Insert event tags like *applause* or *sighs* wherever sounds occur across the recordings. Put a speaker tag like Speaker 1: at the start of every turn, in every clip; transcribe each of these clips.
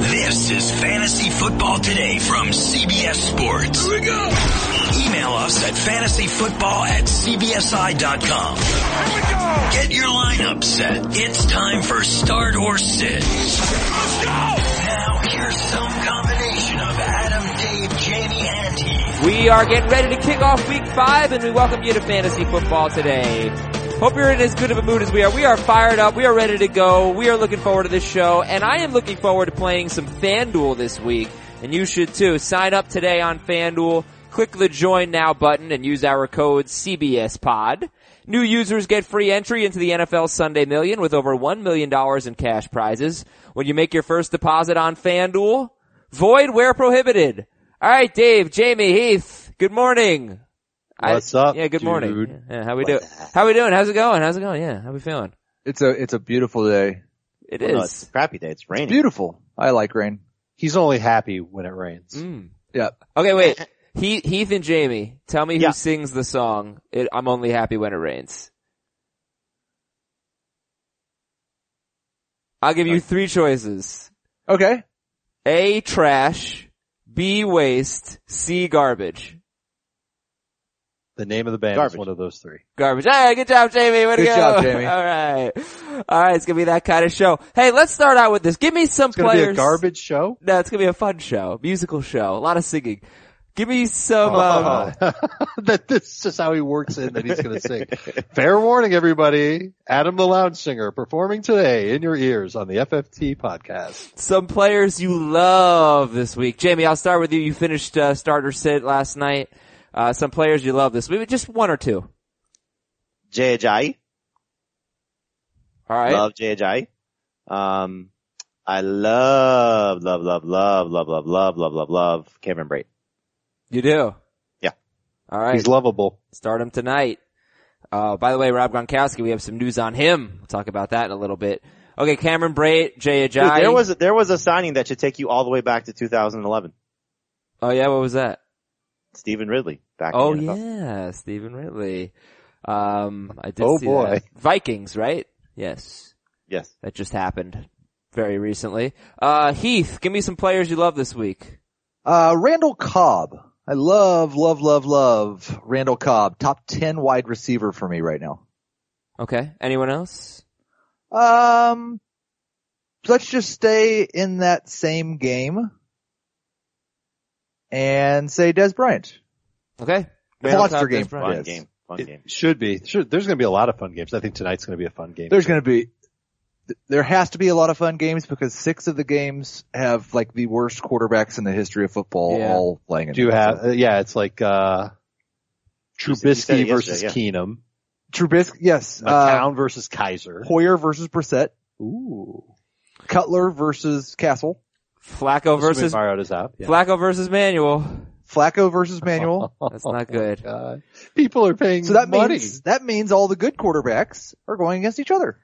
Speaker 1: is Fantasy Football Today from CBS Sports.
Speaker 2: Here we go.
Speaker 1: Email us at fantasyfootball at cbsi.com.
Speaker 2: Here we go.
Speaker 1: Get your lineup set. It's time for start or sit.
Speaker 2: Let's go.
Speaker 1: Now here's some combination of Adam, Dave, Jamie, and Heath.
Speaker 3: We are getting ready to kick off week five and we welcome you to fantasy football today. Hope you're in as good of a mood as we are. We are fired up. We are ready to go. We are looking forward to this show and I am looking forward to playing some FanDuel this week and you should too. Sign up today on FanDuel. Click the join now button and use our code CBSPOD. New users get free entry into the NFL Sunday Million with over $1 million in cash prizes. When you make your first deposit on FanDuel, void where prohibited. All right, Dave, Jamie, Heath. Good morning.
Speaker 4: What's up,
Speaker 3: Yeah, good morning.
Speaker 4: dude?
Speaker 3: Yeah, how we doing? How we doing? How's it going? How's it going? Yeah, how we feeling?
Speaker 5: It's a it's a beautiful day.
Speaker 3: It
Speaker 4: Well, no, it's a
Speaker 3: is.
Speaker 4: crappy day. It's raining.
Speaker 5: Beautiful. I like rain.
Speaker 6: He's only happy when it rains.
Speaker 3: Mm.
Speaker 5: Yeah.
Speaker 3: Okay,
Speaker 4: *laughs*
Speaker 3: wait. He, Heath and Jamie, tell me who
Speaker 6: Yeah.
Speaker 3: sings the song. It, I'm only happy when it rains. I'll give you three choices:
Speaker 4: Mm-hmm.
Speaker 5: Okay.
Speaker 3: A. Trash, B. Waste, C. Garbage.
Speaker 6: The name of the band
Speaker 4: Garbage.
Speaker 6: is one of those three.
Speaker 3: Garbage. All right, good job, Jamie. Way to
Speaker 5: Good
Speaker 3: go.
Speaker 5: job,
Speaker 3: *laughs*
Speaker 5: Jamie.
Speaker 3: All right, all right. It's gonna be that kind of show. Hey, let's start out with this. Give me some
Speaker 6: It's going to
Speaker 3: players.
Speaker 6: be a garbage show.
Speaker 3: No, it's gonna be a fun show, musical show, a lot of singing. Give
Speaker 6: *laughs*
Speaker 3: me some. um,
Speaker 6: Oh. that this is how he works in that he's going to
Speaker 4: *laughs*
Speaker 6: sing. Fair warning, everybody. Adam the Lounge Singer performing today in your ears on the FFT podcast.
Speaker 3: some players you love this week. Jamie, I'll start with you. You finished uh, starter sit last night. Uh, some players you love this week, just one or two.
Speaker 4: Jay Ajayi.
Speaker 3: All right.
Speaker 4: Love Jay Ajayi. Um, I love, love, love, love, love, love, love, love, love, love Cameron Brate.
Speaker 3: You do.
Speaker 4: Yeah.
Speaker 3: All right.
Speaker 6: He's lovable.
Speaker 3: Start him tonight. Uh, by the way, Rob Gronkowski, we have some news on him. We'll talk about that in a little bit. Okay, Cameron Brate, Jay
Speaker 4: Dude,
Speaker 3: Ajayi.
Speaker 4: there was, there was a signing that should take you all the way back to 2011.
Speaker 3: oh yeah, what was that?
Speaker 4: Stephen Ridley. Back
Speaker 3: Oh
Speaker 4: in the NFL.
Speaker 3: yeah, Stephen Ridley. Um, I did
Speaker 6: Oh,
Speaker 3: see
Speaker 6: boy.
Speaker 3: that. Vikings, right? Yes.
Speaker 4: Yes.
Speaker 3: That just happened very recently. Uh, Heath, give me some players you love this week.
Speaker 5: Uh, Randall Cobb. I love, love, love, love Randall Cobb. Top 10 wide receiver for me right now.
Speaker 3: Okay. Anyone else?
Speaker 5: Um, let's just stay in that same game and say Des Bryant.
Speaker 3: Okay.
Speaker 5: Monster
Speaker 3: Top
Speaker 5: game
Speaker 3: Des Bryant.
Speaker 4: Fun
Speaker 5: Yes.
Speaker 4: game. Fun game.
Speaker 6: It should be. Should, there's going to be a lot of fun games. I think tonight's going to be a fun game.
Speaker 5: There's going to be, there has to be a lot of fun games because six of the games have like the worst quarterbacks in the history of football
Speaker 3: Yeah.
Speaker 5: all playing. in
Speaker 6: Do you
Speaker 5: it.
Speaker 6: have, uh, yeah, it's like, uh,
Speaker 4: you said it
Speaker 6: Trubisky versus
Speaker 4: yesterday,
Speaker 6: Keenum,
Speaker 5: Trubisky? Yes. Uh,
Speaker 6: McCown versus Kaiser.
Speaker 5: Hoyer versus Brissett.
Speaker 6: Ooh.
Speaker 5: Cutler versus Castle.
Speaker 3: Flacco versus,
Speaker 6: Assuming Mariota is out. yeah.
Speaker 3: Flacco versus Manuel.
Speaker 6: *laughs*
Speaker 5: Flacco versus Manuel.
Speaker 3: That's not good.
Speaker 6: God. People are paying
Speaker 5: So that
Speaker 6: money.
Speaker 5: means that means all the good quarterbacks are going against each other.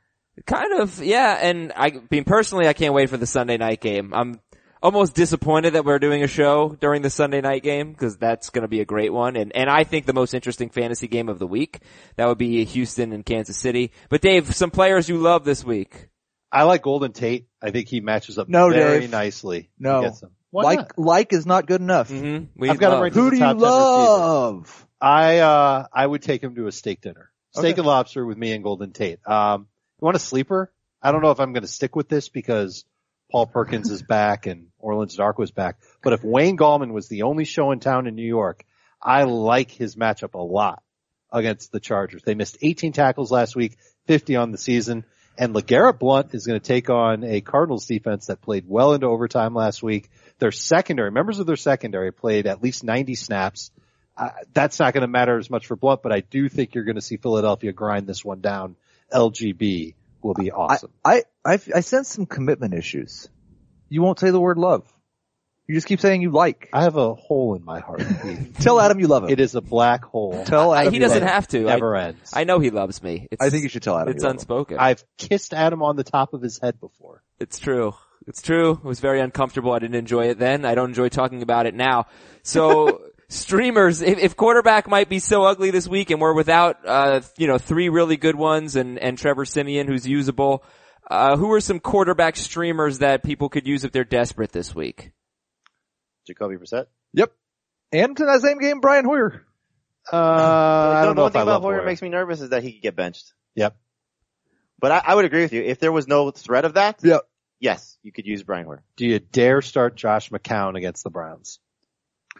Speaker 3: Kind of, yeah, and I, I mean, personally, I can't wait for the Sunday night game. I'm almost disappointed that we're doing a show during the Sunday night game because that's going to be a great one, and and I think the most interesting fantasy game of the week that would be Houston and Kansas City. But Dave, some players you love this week.
Speaker 6: I like Golden Tate. I think he matches up
Speaker 5: No,
Speaker 6: very
Speaker 5: Dave.
Speaker 6: nicely.
Speaker 5: No.
Speaker 6: Against him. Why
Speaker 5: like
Speaker 6: not?
Speaker 5: like is not good enough.
Speaker 3: Mm-hmm. We
Speaker 6: I've got him
Speaker 3: love.
Speaker 6: right-
Speaker 5: Who do
Speaker 6: He's a
Speaker 5: you
Speaker 6: top 10 receiver.
Speaker 5: love?
Speaker 6: I uh I would take him to a steak dinner. Steak
Speaker 5: Okay.
Speaker 6: and lobster with me and Golden Tate. Um you want a sleeper? I don't know if I'm gonna stick with this because Paul Perkins is back and Orleans Dark was back. But if Wayne Gallman was the only show in town in New York, I like his matchup a lot against the Chargers. They missed 18 tackles last week, 50 on the season. And LeGarrette Blunt is going to take on a Cardinals defense that played well into overtime last week. Their secondary, members of their secondary played at least 90 snaps. Uh, that's not going to matter as much for Blunt, but I do think you're going to see Philadelphia grind this one down. LGB will be awesome.
Speaker 5: I I I sense some commitment issues. You won't say the word love. You just keep saying you like.
Speaker 6: I, have a hole in my heart.
Speaker 5: Tell Adam you love
Speaker 6: *laughs*
Speaker 5: him.
Speaker 6: it is a black hole.
Speaker 5: Tell Adam
Speaker 3: he
Speaker 5: you
Speaker 3: doesn't
Speaker 5: love him.
Speaker 3: have to.
Speaker 6: Never ends.
Speaker 3: I, I know he loves me. It's,
Speaker 5: I think you should tell Adam.
Speaker 3: It's
Speaker 5: you love him.
Speaker 3: unspoken.
Speaker 6: I've kissed Adam on the top of his head before.
Speaker 3: it's true. It's true. It was very uncomfortable. I didn't enjoy it then. I don't enjoy talking about it now. So streamers, if, if quarterback might be so ugly this week and we're without, uh, you know, three really good ones and, and Trevor Simeon who's usable, Uh, who are some quarterback streamers that people could use if they're desperate this week?
Speaker 4: Jacoby Brissett.
Speaker 5: Yep. And in that same game, Brian Hoyer.
Speaker 6: Uh, I
Speaker 4: the
Speaker 6: don't know
Speaker 4: one
Speaker 6: if I
Speaker 4: thing about
Speaker 6: love
Speaker 4: Hoyer
Speaker 6: Hoyer.
Speaker 4: makes me nervous is that he could get benched.
Speaker 6: Yep.
Speaker 4: But I, I would agree with you. If there was no threat of that,
Speaker 5: Yep.
Speaker 4: yes, you could use Brian Hoyer.
Speaker 6: Do you dare start Josh McCown against the Browns?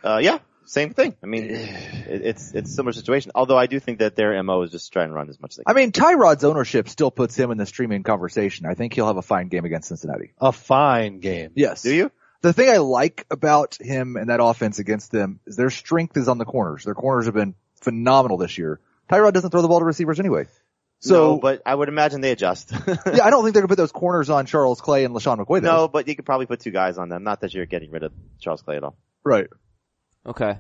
Speaker 4: Uh, yeah, same thing. I mean, it, it's it's a similar situation. Although I do think that their mo is just trying to run as much as they
Speaker 5: I
Speaker 4: can.
Speaker 5: mean, Tyrod's ownership still puts him in the streaming conversation. I think he'll have a fine game against Cincinnati.
Speaker 6: A fine game.
Speaker 5: Yes.
Speaker 4: Do you?
Speaker 5: The thing I like about him and that offense against them is their strength is on the corners. Their corners have been phenomenal this year. Tyrod doesn't throw the ball to receivers anyway. So,
Speaker 4: no, but I would imagine they adjust. *laughs*
Speaker 5: yeah, I don't think they're gonna put those corners on Charles Clay and LaShawn McCoy though.
Speaker 4: no, but you could probably put two guys on them. Not that you're getting rid of Charles Clay at all.
Speaker 5: Right.
Speaker 3: Okay.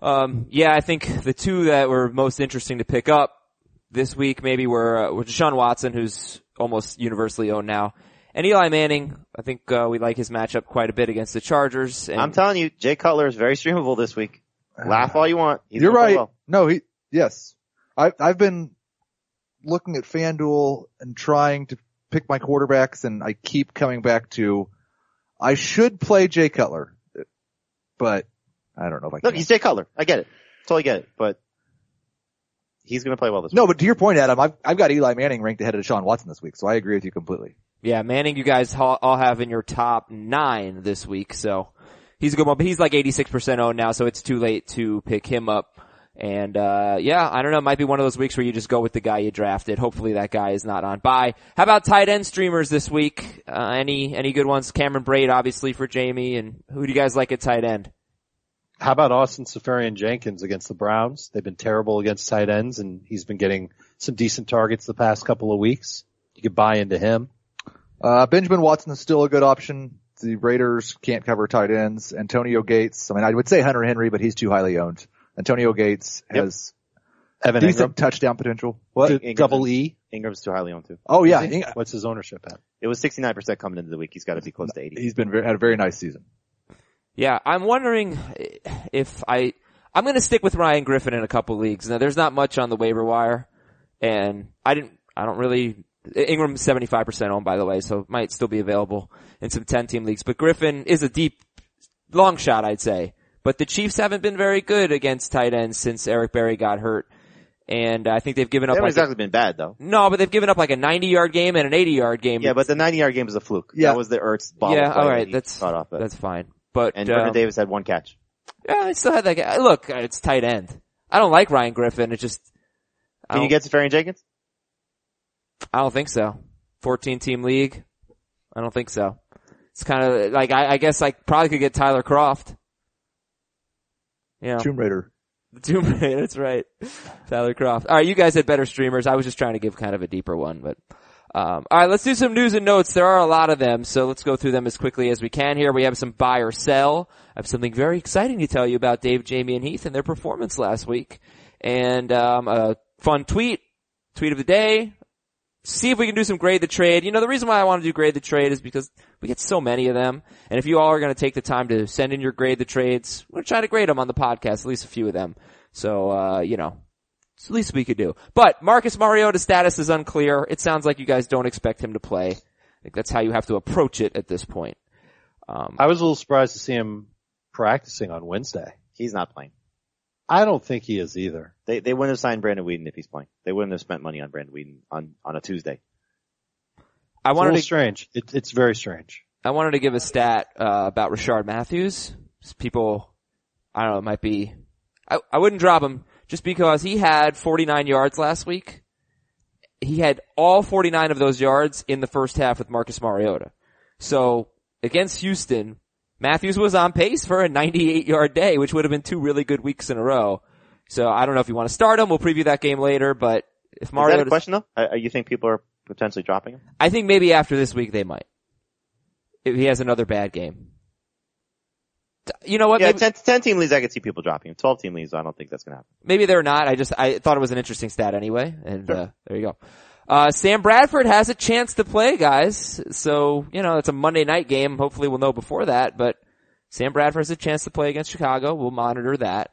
Speaker 3: Um, yeah, I think the two that were most interesting to pick up this week maybe were, uh, were Deshaun Watson, who's almost universally owned now, and Eli Manning. I think uh, we like his matchup quite a bit against the Chargers. And
Speaker 4: I'm telling you, Jay Cutler is very streamable this week. Laugh all you want. He's
Speaker 5: Ah. You're
Speaker 4: gonna play
Speaker 5: right.
Speaker 4: well.
Speaker 5: No, he, yes. I, I've been looking at FanDuel and trying to pick my quarterbacks and I keep coming back to, I should play Jay Cutler, but I don't know if I
Speaker 4: Look,
Speaker 5: can.
Speaker 4: he's Jay Cutler. I get it. Totally get it. But he's going to play well this week.
Speaker 5: No, but to your point, Adam, I've, I've got Eli Manning ranked ahead of Deshaun Watson this week, so I agree with you completely.
Speaker 3: yeah, Manning, you guys ha- all have in your top nine this week, so he's a good one. But he's like 86% owned now, so it's too late to pick him up. And uh yeah, I don't know. It might be one of those weeks where you just go with the guy you drafted. Hopefully that guy is not on bye. How about tight end streamers this week? Uh, any any good ones? Cameron Braid, obviously for Jamie. And who do you guys like at tight end?
Speaker 6: How about Austin Safarian Jenkins against the Browns? They've been terrible against tight ends and he's been getting some decent targets the past couple of weeks. You could buy into him.
Speaker 5: Uh, Benjamin Watson is still a good option. The Raiders can't cover tight ends. Antonio Gates, I mean, I would say Hunter Henry, but he's too highly owned. Antonio Gates
Speaker 4: Yep.
Speaker 5: has
Speaker 6: Evan
Speaker 5: decent
Speaker 6: Ingram.
Speaker 5: touchdown potential.
Speaker 6: D-
Speaker 4: Ingram's
Speaker 6: double E.
Speaker 4: Ingram's too highly owned too.
Speaker 5: Oh yeah,
Speaker 6: Is he?
Speaker 5: Ing-
Speaker 6: What's his ownership at?
Speaker 4: It was 69% coming into the week. He's got to be close to 80.
Speaker 5: he's been very, had a very nice season.
Speaker 3: Yeah, I'm wondering if I I'm going to stick with Ryan Griffin in a couple leagues. Now there's not much on the waiver wire and I didn't I don't really Ingram's 75% owned by the way, so might still be available in some 10 team leagues, but Griffin is a deep long shot I'd say. But the Chiefs haven't been very good against tight ends since Eric Berry got hurt. And I think they've given
Speaker 4: They
Speaker 3: up
Speaker 4: haven't
Speaker 3: like
Speaker 4: exactly been bad though.
Speaker 3: a, no, but they've given up like a 90 yard game and an 80 yard game.
Speaker 4: Yeah, but the 90 yard game is a fluke.
Speaker 5: Yeah.
Speaker 4: That was the Ertz ball.
Speaker 3: yeah, all right,
Speaker 4: that he
Speaker 3: that's
Speaker 4: caught off of.
Speaker 3: that's fine. But
Speaker 4: And
Speaker 3: um,
Speaker 4: Vernon Davis had one catch.
Speaker 3: Yeah, I still had that guy. Look, it's tight end. I don't like Ryan Griffin. It just, I
Speaker 4: Can
Speaker 3: don't,
Speaker 4: you get Safarian Jenkins?
Speaker 3: I don't think so. 14 team league. I don't think so. It's kind of like, I, I guess I probably could get Tyler Croft. Yeah.
Speaker 5: Tomb Raider.
Speaker 3: *laughs* Tomb Raider, that's right. Tyler Croft. Alright, you guys had better streamers. I was just trying to give kind of a deeper one, but, um, alright, let's do some news and notes. There are a lot of them, so let's go through them as quickly as we can here. We have some buy or sell. I have something very exciting to tell you about Dave, Jamie, and Heath and their performance last week. And, um, a fun tweet, tweet of the day. See if we can do some grade the trade. You know, the reason why I want to do grade the trade is because we get so many of them. And if you all are going to take the time to send in your grade the trades, we're going to try to grade them on the podcast, at least a few of them. So, uh, you know, it's the least we could do. But Marcus Mariota's status is unclear. It sounds like you guys don't expect him to play. I think that's how you have to approach it at this point. Um,
Speaker 6: I was a little surprised to see him practicing on Wednesday.
Speaker 4: He's not playing.
Speaker 6: I don't think he is either.
Speaker 4: They, they wouldn't have signed Brandon Whedon if he's playing. They wouldn't have spent money on Brandon Whedon on, on a Tuesday.
Speaker 3: I
Speaker 6: It's a
Speaker 3: wanted
Speaker 6: little
Speaker 3: to
Speaker 6: strange. It, it's very strange.
Speaker 3: I wanted to give a stat uh, about Richard Matthews. Just People, I don't know, it might be. I, I wouldn't drop him just because he had 49 yards last week. He had all 49 of those yards in the first half with Marcus Mariota. So against Houston, Matthews was on pace for a 98 yard day, which would have been two really good weeks in a row. So I don't know if you want to start him. We'll preview that game later, but if
Speaker 4: Is that
Speaker 3: Mario,
Speaker 4: a question though? Uh, you think people are potentially dropping him?
Speaker 3: I think maybe after this week they might. If he has another bad game. T- You know what?
Speaker 4: yeah,
Speaker 3: maybe,
Speaker 4: 10, 10 team leagues I could see people dropping him. 12 team leagues I don't think that's going to happen.
Speaker 3: maybe they're not. I just, I thought it was an interesting stat anyway. And, uh, there you go. Uh, Sam Bradford has a chance to play guys. So, you know, it's a Monday night game. Hopefully we'll know before that, but Sam Bradford has a chance to play against Chicago. We'll monitor that.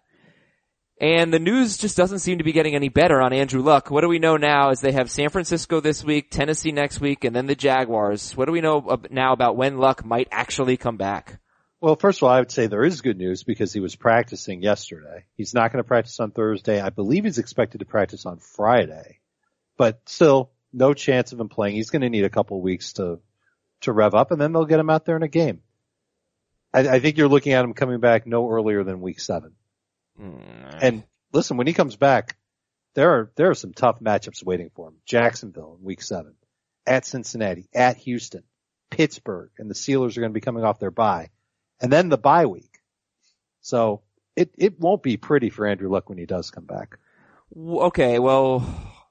Speaker 3: And the news just doesn't seem to be getting any better on Andrew Luck. What do we know now is they have San Francisco this week, Tennessee next week, and then the Jaguars. What do we know ab- now about when Luck might actually come back?
Speaker 6: Well, first of all, I would say there is good news because he was practicing yesterday. He's not going to practice on Thursday. I believe he's expected to practice on Friday, but still no chance of him playing. He's going to need a couple of weeks to, to rev up and then they'll get him out there in a game. I, I think you're looking at him coming back no earlier than week seven. And listen, when he comes back, there are, there are some tough matchups waiting for him. Jacksonville in week seven, at Cincinnati, at Houston, Pittsburgh, and the Steelers are going to be coming off their bye and then the bye week. So it, it won't be pretty for Andrew Luck when he does come back.
Speaker 3: W- Okay, well,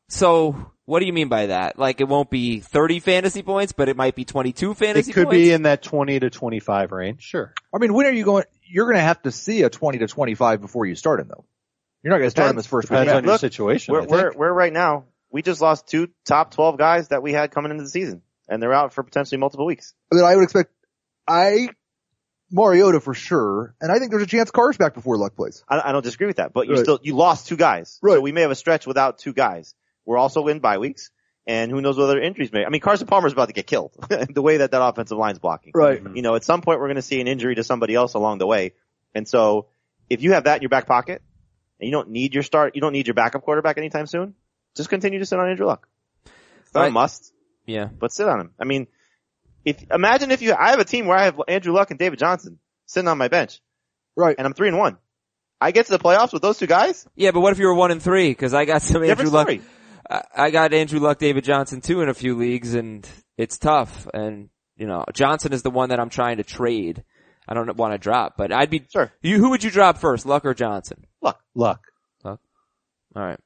Speaker 3: so what do you mean by that? Like it won't be 30 fantasy points, but it might be 22 fantasy
Speaker 6: it could
Speaker 3: points?
Speaker 6: be in that 20 to 25 range. Sure.
Speaker 5: I mean, when are you going? You're going to have to see a 20 to 25 before you start him, though. You're not going to start him this first week.
Speaker 6: Depends on your
Speaker 4: Look,
Speaker 6: situation. I
Speaker 4: We're,
Speaker 6: think.
Speaker 4: we're, we're right now. We just lost two top 12 guys that we had coming into the season and they're out for potentially multiple weeks.
Speaker 5: I mean, I would expect I Mariota for sure, and I think there's a chance Carr's back before Luck plays.
Speaker 4: I, I don't disagree with that, but you
Speaker 5: Right.
Speaker 4: still, you lost two guys.
Speaker 5: Right.
Speaker 4: So we may have a stretch without two guys. We're also in bye weeks and who knows what other injuries may, I mean, Carson Palmer's about to get killed *laughs* the way that that offensive line's blocking.
Speaker 5: Right.
Speaker 4: You know, at some point we're going to see an injury to somebody else along the way. And so if you have that in your back pocket and you don't need your start, you don't need your backup quarterback anytime soon, just continue to sit on Andrew Luck. It's not
Speaker 3: Right.
Speaker 4: a must.
Speaker 3: yeah.
Speaker 4: but sit on him. I mean, if imagine if you, I have a team where I have Andrew Luck and David Johnson sitting on my bench,
Speaker 5: Right.
Speaker 4: and I'm three and one. I get to the playoffs with those two guys.
Speaker 3: Yeah, but what if you were one and three? Cause I got some Andrew
Speaker 4: Different
Speaker 3: Luck.
Speaker 4: story.
Speaker 3: I, I got Andrew Luck, David Johnson too in a few leagues and it's tough. And you know, Johnson is the one that I'm trying to trade. I don't want to drop, but I'd be,
Speaker 4: Sure.
Speaker 3: you, who would you drop first, Luck or Johnson?
Speaker 6: Luck.
Speaker 3: All right.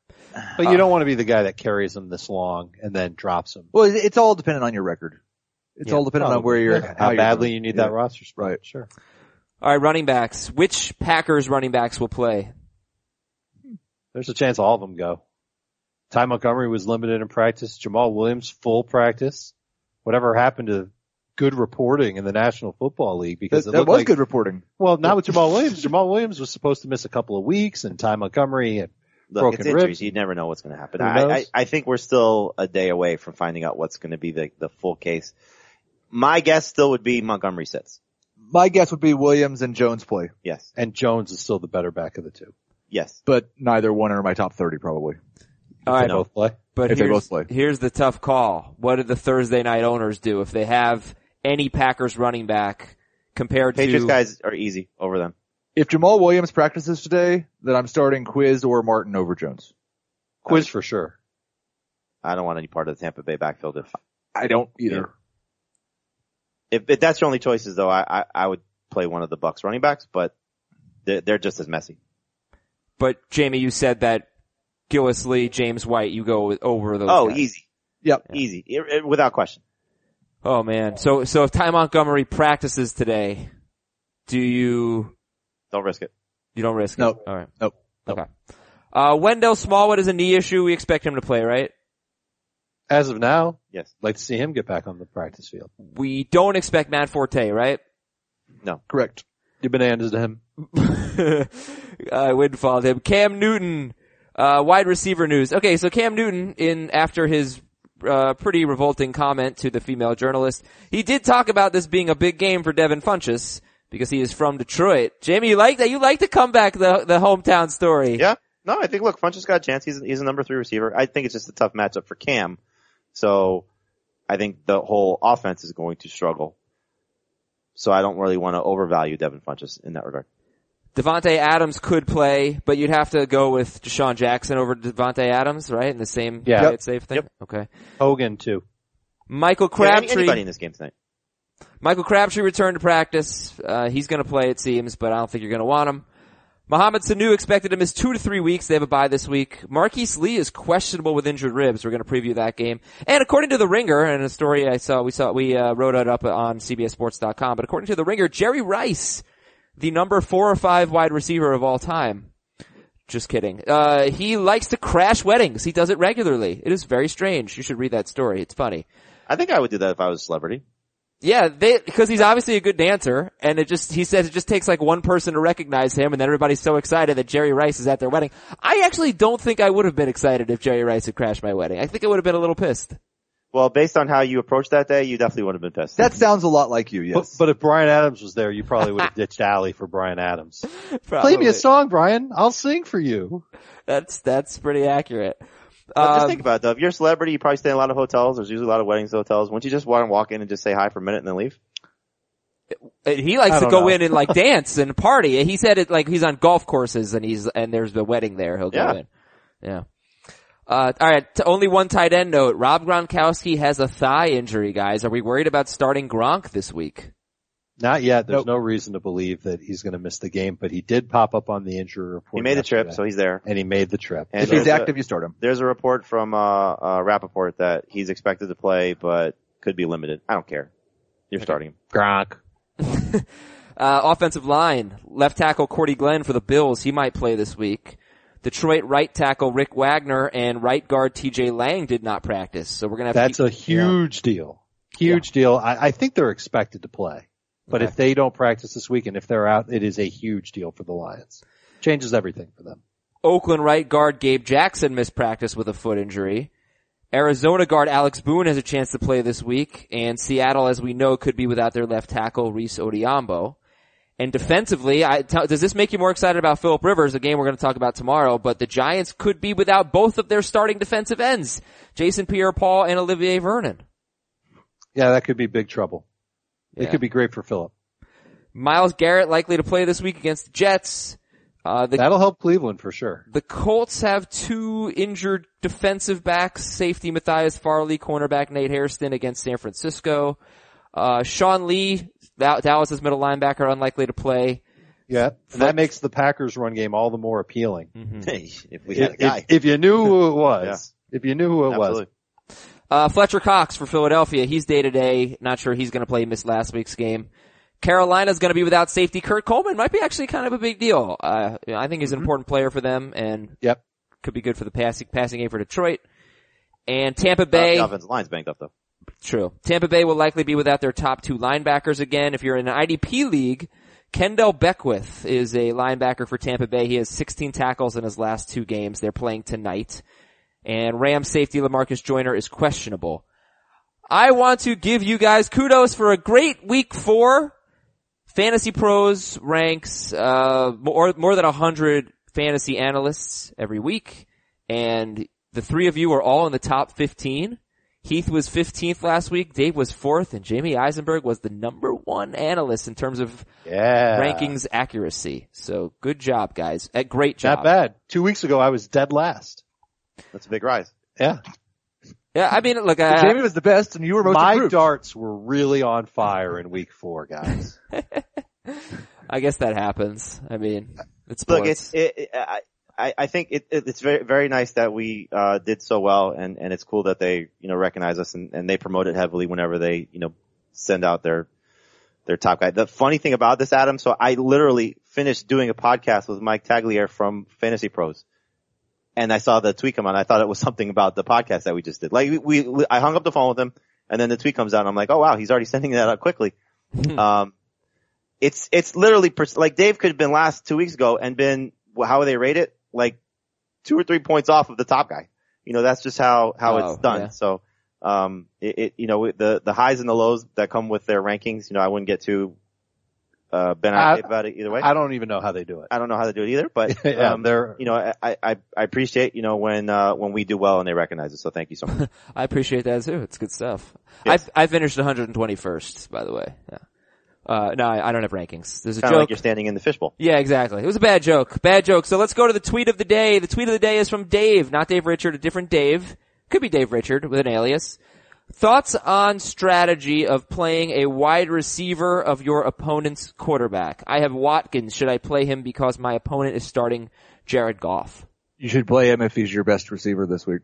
Speaker 6: But you don't want to be the guy that carries him this long and then drops him.
Speaker 5: Well, it- it's all dependent on your record. It's
Speaker 3: Yeah,
Speaker 5: all dependent on where you're,
Speaker 6: Yeah.
Speaker 5: how
Speaker 6: how
Speaker 5: you're
Speaker 6: badly
Speaker 5: doing.
Speaker 6: you need
Speaker 5: Oh, Yeah.
Speaker 6: that roster spot.
Speaker 5: Right.
Speaker 6: Sure.
Speaker 3: All right, running backs. Which Packers running backs will play?
Speaker 6: There's a chance all of them go. Ty Montgomery was limited in practice. Jamal Williams, full practice. Whatever happened to good reporting in the National Football League because
Speaker 5: That,
Speaker 6: it
Speaker 5: that
Speaker 6: looked
Speaker 5: was
Speaker 6: like
Speaker 5: good reporting.
Speaker 6: Well, not with Jamal Williams. Jamal Williams was supposed to miss a couple of weeks, and Ty Montgomery. And
Speaker 4: Look,
Speaker 6: Broken
Speaker 4: it's injuries.
Speaker 6: ribs.
Speaker 4: You never know what's going to happen.
Speaker 6: Who
Speaker 4: I, I,
Speaker 6: knows?
Speaker 4: I think we're still a day away from finding out what's going to be the, the full case. My guess still would be Montgomery sits.
Speaker 5: My guess would be Williams and Jones play,
Speaker 4: Yes.
Speaker 6: and Jones is still the better back of the two.
Speaker 4: Yes.
Speaker 5: but neither one are my top 30 probably.
Speaker 3: All
Speaker 6: They
Speaker 3: right,
Speaker 6: both play.
Speaker 3: but
Speaker 5: if they
Speaker 3: here's,
Speaker 5: both play.
Speaker 3: here's the tough call. What do the Thursday night owners do if they have any Packers running back compared
Speaker 4: Patriots
Speaker 3: to?
Speaker 4: guys are easy over them.
Speaker 5: If Jamal Williams practices today, then I'm starting Quiz or Martin over Jones.
Speaker 6: Quiz for sure.
Speaker 4: I don't want any part of the Tampa Bay backfield if
Speaker 5: I don't either.
Speaker 4: if, if that's your only choices though, I, I, I would play one of the Bucks running backs, but they're, they're just as messy.
Speaker 3: But Jamie, you said that Gillis Lee, James White, you go with, over those.
Speaker 4: Oh,
Speaker 3: guys.
Speaker 4: easy.
Speaker 5: Yep.
Speaker 4: Easy. It- it- without question.
Speaker 3: Oh man. So so if Ty Montgomery practices today, do you
Speaker 4: Don't risk it.
Speaker 3: you don't risk it?
Speaker 5: Nope.
Speaker 3: All right.
Speaker 5: Nope.
Speaker 3: Okay. Uh, Wendell Smallwood is a knee issue. We expect him to play, right?
Speaker 6: As of now,
Speaker 4: Yes.
Speaker 6: I'd like to see him get back on the practice field.
Speaker 3: We don't expect Matt Forte, right?
Speaker 5: Correct.
Speaker 6: You bananas to him.
Speaker 3: I wouldn't follow him. Cam Newton, uh, wide receiver news. Okay, so Cam Newton, in after his uh, pretty revolting comment to the female journalist, he did talk about this being a big game for Devin Funches because he is from Detroit. Jamie, you like that? You like to come back the the hometown story?
Speaker 4: Yeah. No, I think look, Funch's got a chance. He's he's a number three receiver. I think it's just a tough matchup for Cam. So I think the whole offense is going to struggle. So I don't really want to overvalue Devin Funches in that regard.
Speaker 3: Devonte Adams could play, but you'd have to go with Deshaun Jackson over Devonte Adams, right? In the same
Speaker 6: Yeah.
Speaker 3: play
Speaker 6: Yep.
Speaker 3: it safe thing.
Speaker 4: Yep.
Speaker 3: Okay.
Speaker 6: Hogan too.
Speaker 3: Michael
Speaker 4: Yeah, any-
Speaker 3: Crabtree.
Speaker 4: anybody in this game tonight.
Speaker 3: Michael Crabtree returned to practice. Uh, he's going to play, it seems, but I don't think you're going to want him. Mohamed Sanu expected to miss two to three weeks. They have a bye this week. Marquise Lee is questionable with injured ribs. We're going to preview that game. And according to the Ringer, and a story I saw, we saw we uh, wrote it up on CBSSports.com. But according to the Ringer, Jerry Rice, the number four or five wide receiver of all time. Just kidding. Uh, he likes to crash weddings. He does it regularly. It is very strange. You should read that story. It's funny.
Speaker 4: I think I would do that if I was a celebrity.
Speaker 3: Yeah, they, cause he's obviously a good dancer and it just, he says it just takes like one person to recognize him and then everybody's so excited that Jerry Rice is at their wedding. I actually don't think I would have been excited if Jerry Rice had crashed my wedding. I think I would have been a little pissed. *laughs*
Speaker 4: Well, based on how you approached that day, you definitely would have been pissed.
Speaker 5: That sounds a lot like you, yes.
Speaker 6: But, but if Brian Adams was there, you probably *laughs* would have ditched Alley for Brian Adams.
Speaker 3: Probably.
Speaker 6: Play me a song, Brian. I'll sing for you.
Speaker 3: That's, that's pretty accurate.
Speaker 4: But
Speaker 3: Um,
Speaker 4: just think about it though. If you're a celebrity, you probably stay in a lot of hotels. There's usually a lot of weddings at hotels. Wouldn't you just want to walk in and just say hi for a minute and then leave?
Speaker 3: And he likes
Speaker 6: I
Speaker 3: to
Speaker 6: don't
Speaker 3: go
Speaker 6: know.
Speaker 3: in and like dance and party. He said it like he's on golf courses and he's and there's the wedding there. He'll go
Speaker 4: Yeah.
Speaker 3: in. Yeah. Uh, all right. T- only one tight end note. Rob Gronkowski has a thigh injury. Guys, are we worried about starting Gronk this week?
Speaker 6: Not yet. There's
Speaker 5: Nope.
Speaker 6: no reason to believe that he's going to miss the game, but he did pop up on the injury report.
Speaker 4: He made a trip,
Speaker 6: yesterday,
Speaker 4: so he's there.
Speaker 6: and he made the trip.
Speaker 4: And
Speaker 5: if he's
Speaker 4: there's a-
Speaker 5: active, you start him.
Speaker 4: There's a report from uh, uh Rappaport that he's expected to play, but could be limited. I don't care. You're starting him.
Speaker 6: Gronk.
Speaker 3: Uh, offensive line, left tackle Cordy Glenn for the Bills. He might play this week. Detroit right tackle Rick Wagner and right guard TJ Lang did not practice. So we're going to have
Speaker 6: That's
Speaker 3: to
Speaker 6: a huge deal. Huge deal. I, I think they're expected to play, but
Speaker 3: Okay.
Speaker 6: if they don't practice this week and if they're out, it is a huge deal for the Lions. Changes everything for them.
Speaker 3: Oakland right guard Gabe Jackson missed practice with a foot injury. Arizona guard Alex Boone has a chance to play this week, and Seattle, as we know, could be without their left tackle Reese Odiambo. And defensively, I t- does this make you more excited about Philip Rivers, a game we're going to talk about tomorrow? But the Giants could be without both of their starting defensive ends, Jason Pierre-Paul and Olivier Vernon.
Speaker 6: Yeah, that could be big trouble.
Speaker 3: Yeah.
Speaker 6: It could be great for Philip.
Speaker 3: Miles Garrett likely to play this week against the Jets. Uh, the
Speaker 6: That'll help Cleveland for sure.
Speaker 3: The Colts have two injured defensive backs, safety Matthias Farley, cornerback Nate Hairston against San Francisco. Uh, Sean Lee, Dal- Dallas's middle linebacker, unlikely to play.
Speaker 6: Yeah, and that makes the Packers run game all the more appealing.
Speaker 4: Mm-hmm. *laughs* if we
Speaker 6: Hmm. If, if- if you knew who it was,
Speaker 4: Yeah.
Speaker 6: if you knew who it
Speaker 4: Absolutely.
Speaker 3: Uh, Fletcher Cox for Philadelphia, he's day to day. Not sure he's gonna play, He missed last week's game. Carolina's gonna be without safety. Kurt Coleman might be actually kind of a big deal. Uh, I think he's an important player for them and
Speaker 6: Yep.
Speaker 3: could be good for the passing, passing game for Detroit. And Tampa
Speaker 4: Uh,
Speaker 3: Bay.
Speaker 4: the offensive line's banked up though.
Speaker 3: True. Tampa Bay will likely be without their top two linebackers again. If you're in an IDP league, Kendall Beckwith is a linebacker for Tampa Bay. He has 16 tackles in his last two games. They're playing tonight. And Ram safety Lamarcus Joyner is questionable. I want to give you guys kudos for a great week four. Fantasy Pros ranks uh, more more than hundred fantasy analysts every week, and the three of you are all in the top fifteen. Heath was fifteenth last week. Dave was fourth, and Jamie Eisenberg was the number one analyst in terms of
Speaker 6: it was. Yeah.
Speaker 3: rankings accuracy. So good job, guys! Uh, great job.
Speaker 6: Not bad. Two weeks ago, I was dead last.
Speaker 4: That's a big rise.
Speaker 6: Yeah.
Speaker 3: Yeah, I mean, look, I,
Speaker 5: Jamie was the best and you were most
Speaker 6: My
Speaker 5: improved.
Speaker 6: darts were really on fire in week four, guys.
Speaker 3: I guess that happens. I mean, it's
Speaker 4: Look,
Speaker 3: sports.
Speaker 4: it's it, it, I I I think it, it it's very very nice that we uh did so well, and and it's cool that they you know recognize us and and they promote it heavily whenever they you know send out their their top guy. The funny thing about this, Adam, so I literally finished doing a podcast with Mike Taglier from Fantasy Pros. And I saw the tweet come out. and I thought it was something about the podcast that we just did. Like we, we I hung up the phone with him and then the tweet comes out and I'm like, oh wow, he's already sending that out quickly. um, it's, it's literally pers- like Dave could have been last two weeks ago and been, wh- how would they rate it? Like two or three points off of the top guy. You know, that's just how, how
Speaker 3: Wow,
Speaker 4: it's done.
Speaker 3: yeah.
Speaker 4: So, um, it, it, you know, the, the highs and the lows that come with their rankings, you know, I wouldn't get too, uh, bent out
Speaker 6: I-
Speaker 4: about it either way.
Speaker 6: I don't even know how they do it.
Speaker 4: I don't know how to do it either, but
Speaker 6: *laughs* yeah,
Speaker 4: um,
Speaker 6: they're,
Speaker 4: you know, I, I- I, I appreciate, you know, when, uh, when we do well and they recognize it. So thank you
Speaker 6: *laughs*
Speaker 4: so much.
Speaker 3: I appreciate that too. It's good stuff.
Speaker 4: Yes.
Speaker 3: I I finished 121st, by the way. Yeah. Uh, no, I, I don't have rankings. There's a
Speaker 4: Kind of
Speaker 3: joke.
Speaker 4: like you're standing in the fishbowl.
Speaker 3: yeah, exactly. It was a bad joke. Bad joke. So let's go to the tweet of the day. The tweet of the day is from Dave, not Dave Richard, a different Dave. Could be Dave Richard with an alias. Thoughts on strategy of playing a wide receiver of your opponent's quarterback? I have Watkins. Should I play him because my opponent is starting Jared Goff?
Speaker 5: You should play him if he's your best receiver this week.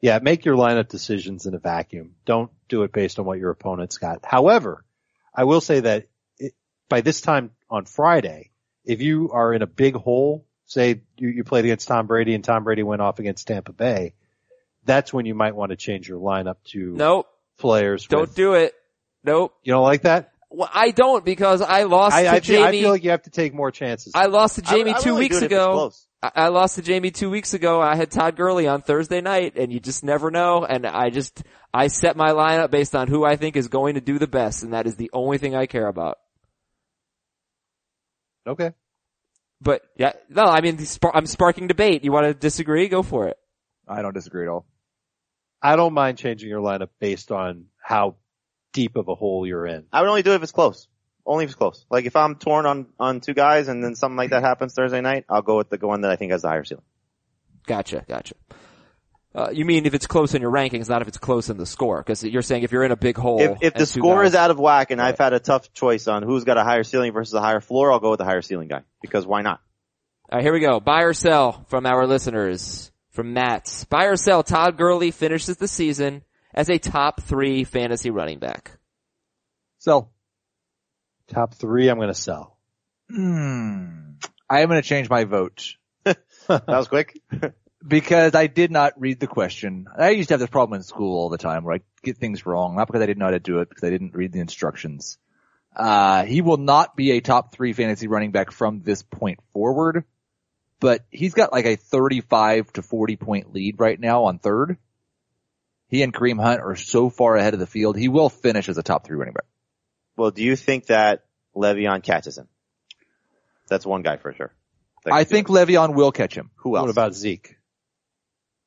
Speaker 6: yeah, make your lineup decisions in a vacuum. Don't do it based on what your opponent's got. However, I will say that it, by this time on Friday, if you are in a big hole, say you, you played against Tom Brady and Tom Brady went off against Tampa Bay, that's when you might want to change your lineup to
Speaker 3: Nope.
Speaker 6: players
Speaker 3: Don't
Speaker 6: with
Speaker 3: do it. Nope.
Speaker 6: You don't like that?
Speaker 3: Well, I don't because I lost
Speaker 6: I,
Speaker 3: to
Speaker 6: I, feel, I
Speaker 3: Jamie.
Speaker 6: feel like you have to take more chances.
Speaker 3: I lost to Jamie
Speaker 4: I would- I would
Speaker 3: two
Speaker 4: only do
Speaker 3: weeks
Speaker 4: it if it's
Speaker 3: ago.
Speaker 4: close.
Speaker 3: I, I lost to Jamie two weeks ago. I had Todd Gurley on Thursday night, and you just never know. And I just I set my lineup based on who I think is going to do the best, and that is the only thing I care about.
Speaker 6: okay.
Speaker 3: But yeah, no, I mean spar- I'm sparking debate. You want to disagree? Go for it.
Speaker 5: I don't disagree at all.
Speaker 6: I don't mind changing your lineup based on how deep of a hole you're in.
Speaker 4: I would only do it if it's close. Only if it's close. Like if I'm torn on, on two guys and then something like that happens Thursday night, I'll go with the one that I think has the higher ceiling.
Speaker 3: Gotcha, gotcha. Uh, you mean if it's close in your rankings, not if it's close in the score? Because you're saying if you're in a big hole,
Speaker 4: If, if
Speaker 3: and
Speaker 4: the
Speaker 3: two
Speaker 4: score
Speaker 3: guys-
Speaker 4: is out of whack and I've
Speaker 3: Right.
Speaker 4: had a tough choice on who's got a higher ceiling versus a higher floor, I'll go with the higher ceiling guy. Because
Speaker 3: *laughs*
Speaker 4: why not?
Speaker 3: All right, here we go. Buy or sell from our listeners, from Matt's. Buy or sell, Todd Gurley finishes the season as a top three fantasy running back.
Speaker 5: So,
Speaker 6: Top three, I'm going to sell.
Speaker 5: hmm, I am going to change my vote
Speaker 4: That was quick.
Speaker 5: because I did not read the question. I used to have this problem in school all the time where I get things wrong, not because I didn't know how to do it, because I didn't read the instructions. Uh, he will not be a top three fantasy running back from this point forward, but he's got like a 35 to 40 point lead right now on third. He and Kareem Hunt are so far ahead of the field. He will finish as a top three running back.
Speaker 4: Well, do you think that Le'Veon catches him? That's one guy for sure. That
Speaker 5: I
Speaker 4: could do
Speaker 5: think
Speaker 4: it.
Speaker 5: Le'Veon will catch him.
Speaker 4: Who else?
Speaker 6: What about Zeke?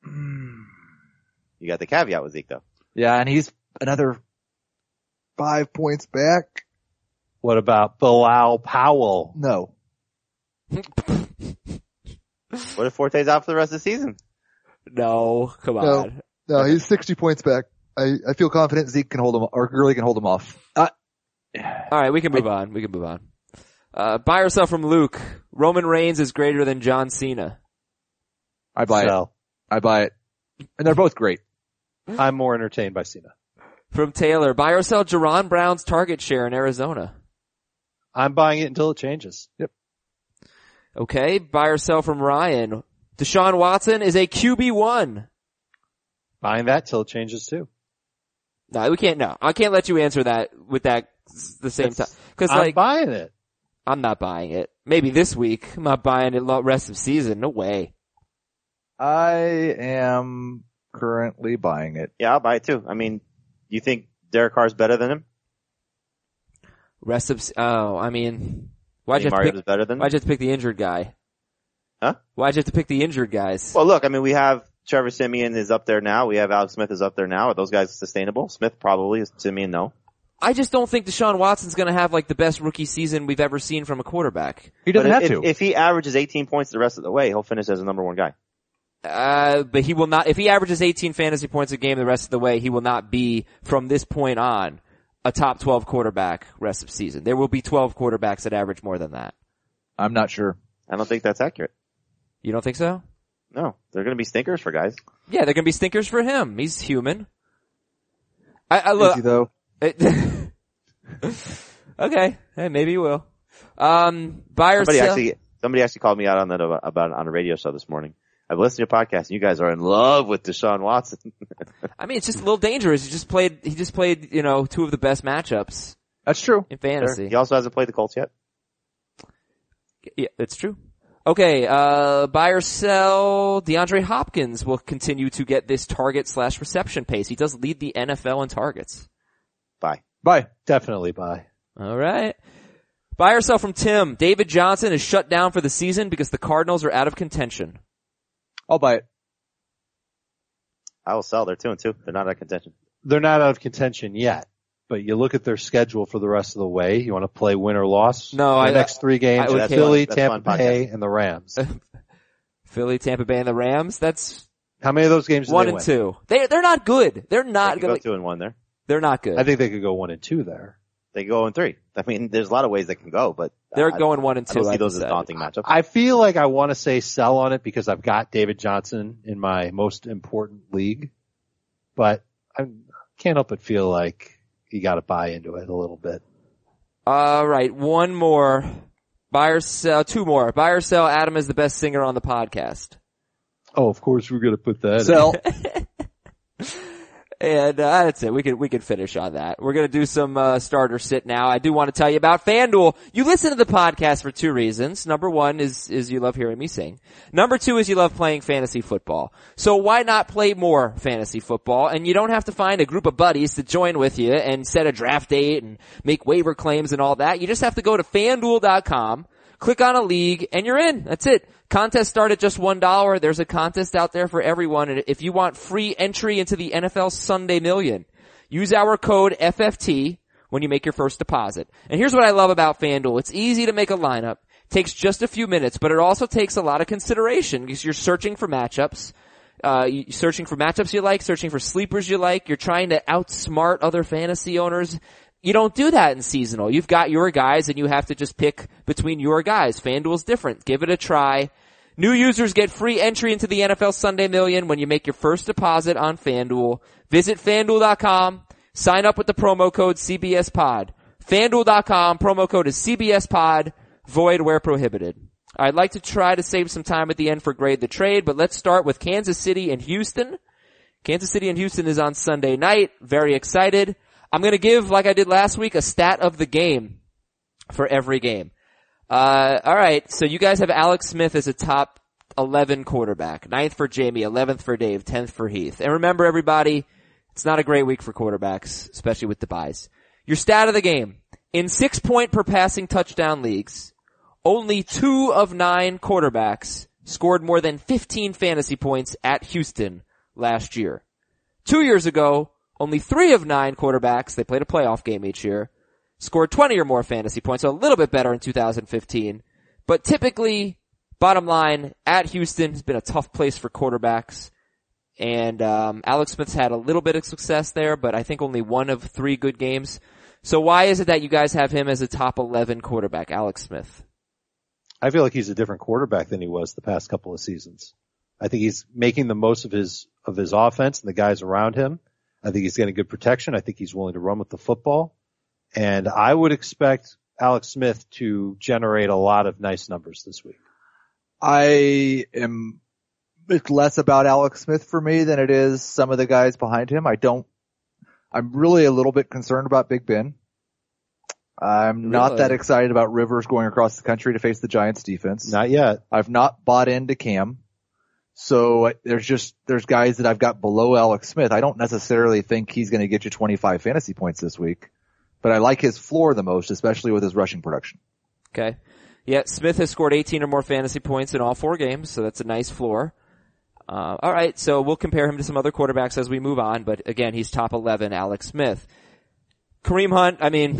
Speaker 4: you got the caveat with Zeke though.
Speaker 5: Yeah, and he's another five points back.
Speaker 6: What about Bilal Powell?
Speaker 5: No.
Speaker 4: What if Forte's out for the rest of the season?
Speaker 3: No, come
Speaker 5: No.
Speaker 3: on.
Speaker 5: No, he's 60 points back. I, I feel confident Zeke can hold him, or Gurley can hold him off. Uh,
Speaker 3: All right, we can move on. We can move on. Uh, buy or sell from Luke. Roman Reigns is greater than John Cena.
Speaker 5: I buy it.
Speaker 6: Sell.
Speaker 5: I buy it. And they're both great.
Speaker 6: I'm more entertained by Cena.
Speaker 3: From Taylor, buy or sell Jerron Brown's target share in Arizona.
Speaker 6: I'm buying it until it changes. Yep.
Speaker 3: Okay, buy or sell from Ryan. Deshaun Watson is a QB1.
Speaker 6: Buying that till it changes too.
Speaker 3: No, we can't, no. I can't let you answer that with that, s- the same time.
Speaker 6: That's-
Speaker 3: Cause
Speaker 6: I'm
Speaker 3: like,
Speaker 6: buying it.
Speaker 3: I'm not buying it. Maybe this week. I'm not buying it lo- rest of season. No way.
Speaker 5: I am currently buying it.
Speaker 4: Yeah, I'll buy it too. I mean, you think Derek Carr's better than him?
Speaker 3: Rest of, s- oh, I mean, why'd you, have to
Speaker 4: Mariota's
Speaker 3: pick,
Speaker 4: better than him?
Speaker 3: why'd you have to pick the injured guy?
Speaker 4: Huh?
Speaker 3: Why'd you have to pick the injured guys?
Speaker 4: Well, look, I mean, we have Trevor Simeon is up there now. We have Alex Smith is up there now. Are those guys sustainable? Smith probably is Simeon. No,
Speaker 3: I just don't think Deshaun Watson's gonna have like the best rookie season we've ever seen from a quarterback.
Speaker 5: He doesn't
Speaker 4: But
Speaker 5: have
Speaker 4: if,
Speaker 5: to.
Speaker 4: If, if he averages 18 points the rest of the way, he'll finish as the number one guy.
Speaker 3: Uh, but he will not, if he averages 18 fantasy points a game the rest of the way, he will not be, from this point on, a top 12 quarterback rest of season. There will be 12 quarterbacks that average more than that.
Speaker 5: I'm not sure.
Speaker 4: I don't think that's accurate.
Speaker 3: You don't think so?
Speaker 4: No, they're going to be stinkers for guys.
Speaker 3: Yeah, they're gonna be stinkers for him. He's human. I, I
Speaker 5: Is
Speaker 3: look.
Speaker 5: he though?
Speaker 3: *laughs* okay, hey, maybe he will. Um, buy or
Speaker 4: Somebody
Speaker 3: sell.
Speaker 4: actually, somebody actually called me out on that ab- about it on a radio show this morning. I've listened to your podcast and you guys are in love with Deshaun Watson.
Speaker 3: I mean, it's just a little dangerous. He just played. He just played. You know, two of the best matchups
Speaker 5: That's true.
Speaker 3: in fantasy.
Speaker 4: he also hasn't played the Colts yet.
Speaker 3: Yeah, it's true. Okay, uh, buy or sell. DeAndre Hopkins will continue to get this target slash reception pace. He does lead the NFL in targets.
Speaker 4: Bye.
Speaker 5: Bye.
Speaker 6: Definitely buy.
Speaker 3: All right. Buy or sell from Tim. David Johnson is shut down for the season because the Cardinals are out of contention.
Speaker 5: I'll buy it.
Speaker 4: I will sell. They're two and two. They're not out of contention.
Speaker 6: They're not out of contention yet, but you look at their schedule for the rest of the way. You want to play win or loss?
Speaker 3: No,
Speaker 6: the
Speaker 3: I-
Speaker 6: next three
Speaker 3: I
Speaker 6: games:
Speaker 3: would
Speaker 6: are
Speaker 4: That's
Speaker 6: Philly,
Speaker 4: fun- that's
Speaker 6: Tampa
Speaker 4: fun
Speaker 6: Bay, and the Rams.
Speaker 3: Philly, Tampa Bay, and the Rams. That's
Speaker 6: How many of those
Speaker 3: *laughs*
Speaker 6: games? Did
Speaker 3: one
Speaker 6: they
Speaker 3: and
Speaker 6: win?
Speaker 3: two. They they're not good. They're
Speaker 4: They
Speaker 3: not
Speaker 4: could
Speaker 3: good.
Speaker 4: go two and one there.
Speaker 3: They're not good.
Speaker 6: I think they could go one and two there.
Speaker 4: They could go in three. I mean, there's a lot of ways they can go, but
Speaker 3: they're
Speaker 4: I-
Speaker 3: going one and
Speaker 4: I
Speaker 3: two.
Speaker 4: don't see
Speaker 3: I've
Speaker 4: those as
Speaker 3: decided.
Speaker 4: daunting matchups.
Speaker 6: I feel like I want to say sell on it because I've got David Johnson in my most important league, but I can't help but feel like you got to buy into it a little bit.
Speaker 3: All right, one more. Buy or sell. Two more. Buy or sell. Adam is the best singer on the podcast.
Speaker 5: *laughs*
Speaker 6: Oh, of course we're going to put that.
Speaker 5: Sell.
Speaker 3: And uh, that's it. We can we can finish on that. We're gonna do some uh, starter sit now. I do want to tell you about FanDuel. You listen to the podcast for two reasons. Number one is is you love hearing me sing. Number two is you love playing fantasy football. So why not play more fantasy football? And you don't have to find a group of buddies to join with you and set a draft date and make waiver claims and all that. You just have to go to FanDuel.com click on a league and you're in. That's it. Contests start at just one dollar. There's a contest out there for everyone. And if you want free entry into the NFL Sunday Million, use our code FFT when you make your first deposit. And here's what I love about FanDuel. It's easy to make a lineup. Takes just a few minutes, but it also takes a lot of consideration because you're searching for matchups. Uh, you searching for matchups you like, searching for sleepers you like. You're trying to outsmart other fantasy owners you don't do that in seasonal. You've got your guys and you have to just pick between your guys. FanDuel's different. Give it a try. New users get free entry into the NFL Sunday Million when you make your first deposit on FanDuel. Visit FanDuel.com. Sign up with the promo code CBSPod. FanDuel.com. Promo code is CBSPod. Void where prohibited. I'd like to try to save some time at the end for grade the trade, but let's start with Kansas City and Houston. Kansas City and Houston is on Sunday night. Very excited. I'm going to give, like I did last week, a stat of the game for every game. Uh, all right. So you guys have Alex Smith as a top 11 quarterback. Ninth for Jamie, 11th for Dave, 10th for Heath. And remember everybody, it's not a great week for quarterbacks, especially with the buys. Your stat of the game. In six point per passing touchdown leagues, only two of nine quarterbacks scored more than 15 fantasy points at Houston last year. Two years ago, only three of nine quarterbacks, they played a playoff game each year, scored 20 or more fantasy points, so a little bit better in 2015. But typically, bottom line, at Houston has been a tough place for quarterbacks. And um, Alex Smith's had a little bit of success there, but I think only one of three good games. So why is it that you guys have him as a top 11 quarterback, Alex Smith?
Speaker 6: I feel like he's a different quarterback than he was the past couple of seasons. I think he's making the most of his of his offense and the guys around him. I think he's getting good protection. I think he's willing to run with the football. And I would expect Alex Smith to generate a lot of nice numbers this week.
Speaker 5: I am, it's less about Alex Smith for me than it is some of the guys behind him. I don't, I'm really a little bit concerned about Big Ben. I'm not
Speaker 3: Really?
Speaker 5: that excited about Rivers going across the country to face the Giants defense.
Speaker 6: Not yet.
Speaker 5: I've not bought into Cam. So I- there's just, there's guys that I've got below Alex Smith. I don't necessarily think he's going to get you 25 fantasy points this week, but I like his floor the most, especially with his rushing production.
Speaker 3: Okay. Yeah, Smith has scored 18 or more fantasy points in all four games, so that's a nice floor. Uh, all right, so we'll compare him to some other quarterbacks as we move on, but again, he's top 11, Alex Smith. Kareem Hunt, I mean, *sighs*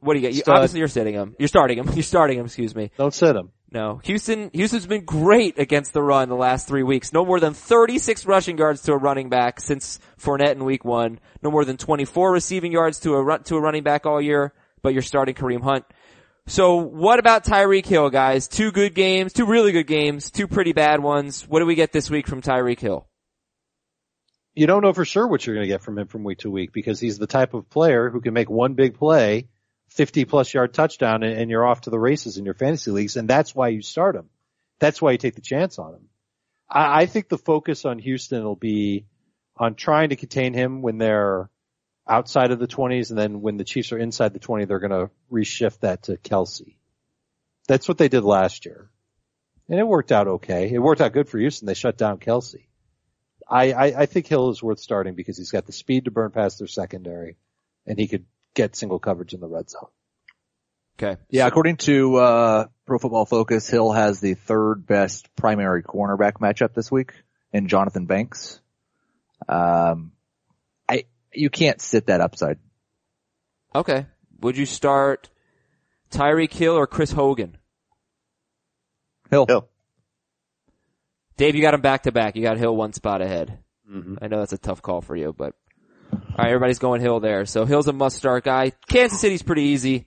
Speaker 3: what do you get? You,
Speaker 6: Stud.
Speaker 3: obviously, you're sitting him. You're starting him. *laughs* You're starting him, excuse me.
Speaker 6: Don't sit him.
Speaker 3: No. Houston, Houston's been great against the run the last three weeks. No more than 36 rushing yards to a running back since Fournette in week one. No more than 24 receiving yards to a run, to a running back all year, but you're starting Kareem Hunt. So what about Tyreek Hill, guys? Two good games, two really good games, two pretty bad ones. What do we get this week from Tyreek Hill?
Speaker 6: You don't know for sure what you're going to get from him from week to week because he's the type of player who can make one big play, 50 plus yard touchdown and, and you're off to the races in your fantasy leagues. And that's why you start him. That's why you take the chance on him. I, I think the focus on Houston will be on trying to contain him when they're outside of the 20s. And then when the Chiefs are inside the 20, they're going to reshift that to Kelsey. That's what they did last year. And it worked out okay. It worked out good for Houston. They shut down Kelsey. I, I, I think Hill is worth starting because he's got the speed to burn past their secondary and he could get single coverage in the red zone.
Speaker 3: Okay.
Speaker 5: Yeah, according to uh, Pro Football Focus, Hill has the third best primary cornerback matchup this week in Jonathan Banks. Um, I you can't sit that upside.
Speaker 3: Okay. Would you start Tyreek Hill or Chris Hogan?
Speaker 5: Hill,
Speaker 4: Hill.
Speaker 3: Dave, you got him back to back. You got Hill one spot ahead. I know that's a tough call for you, but all right, everybody's going Hill there. So Hill's a must start guy. Kansas City's pretty easy,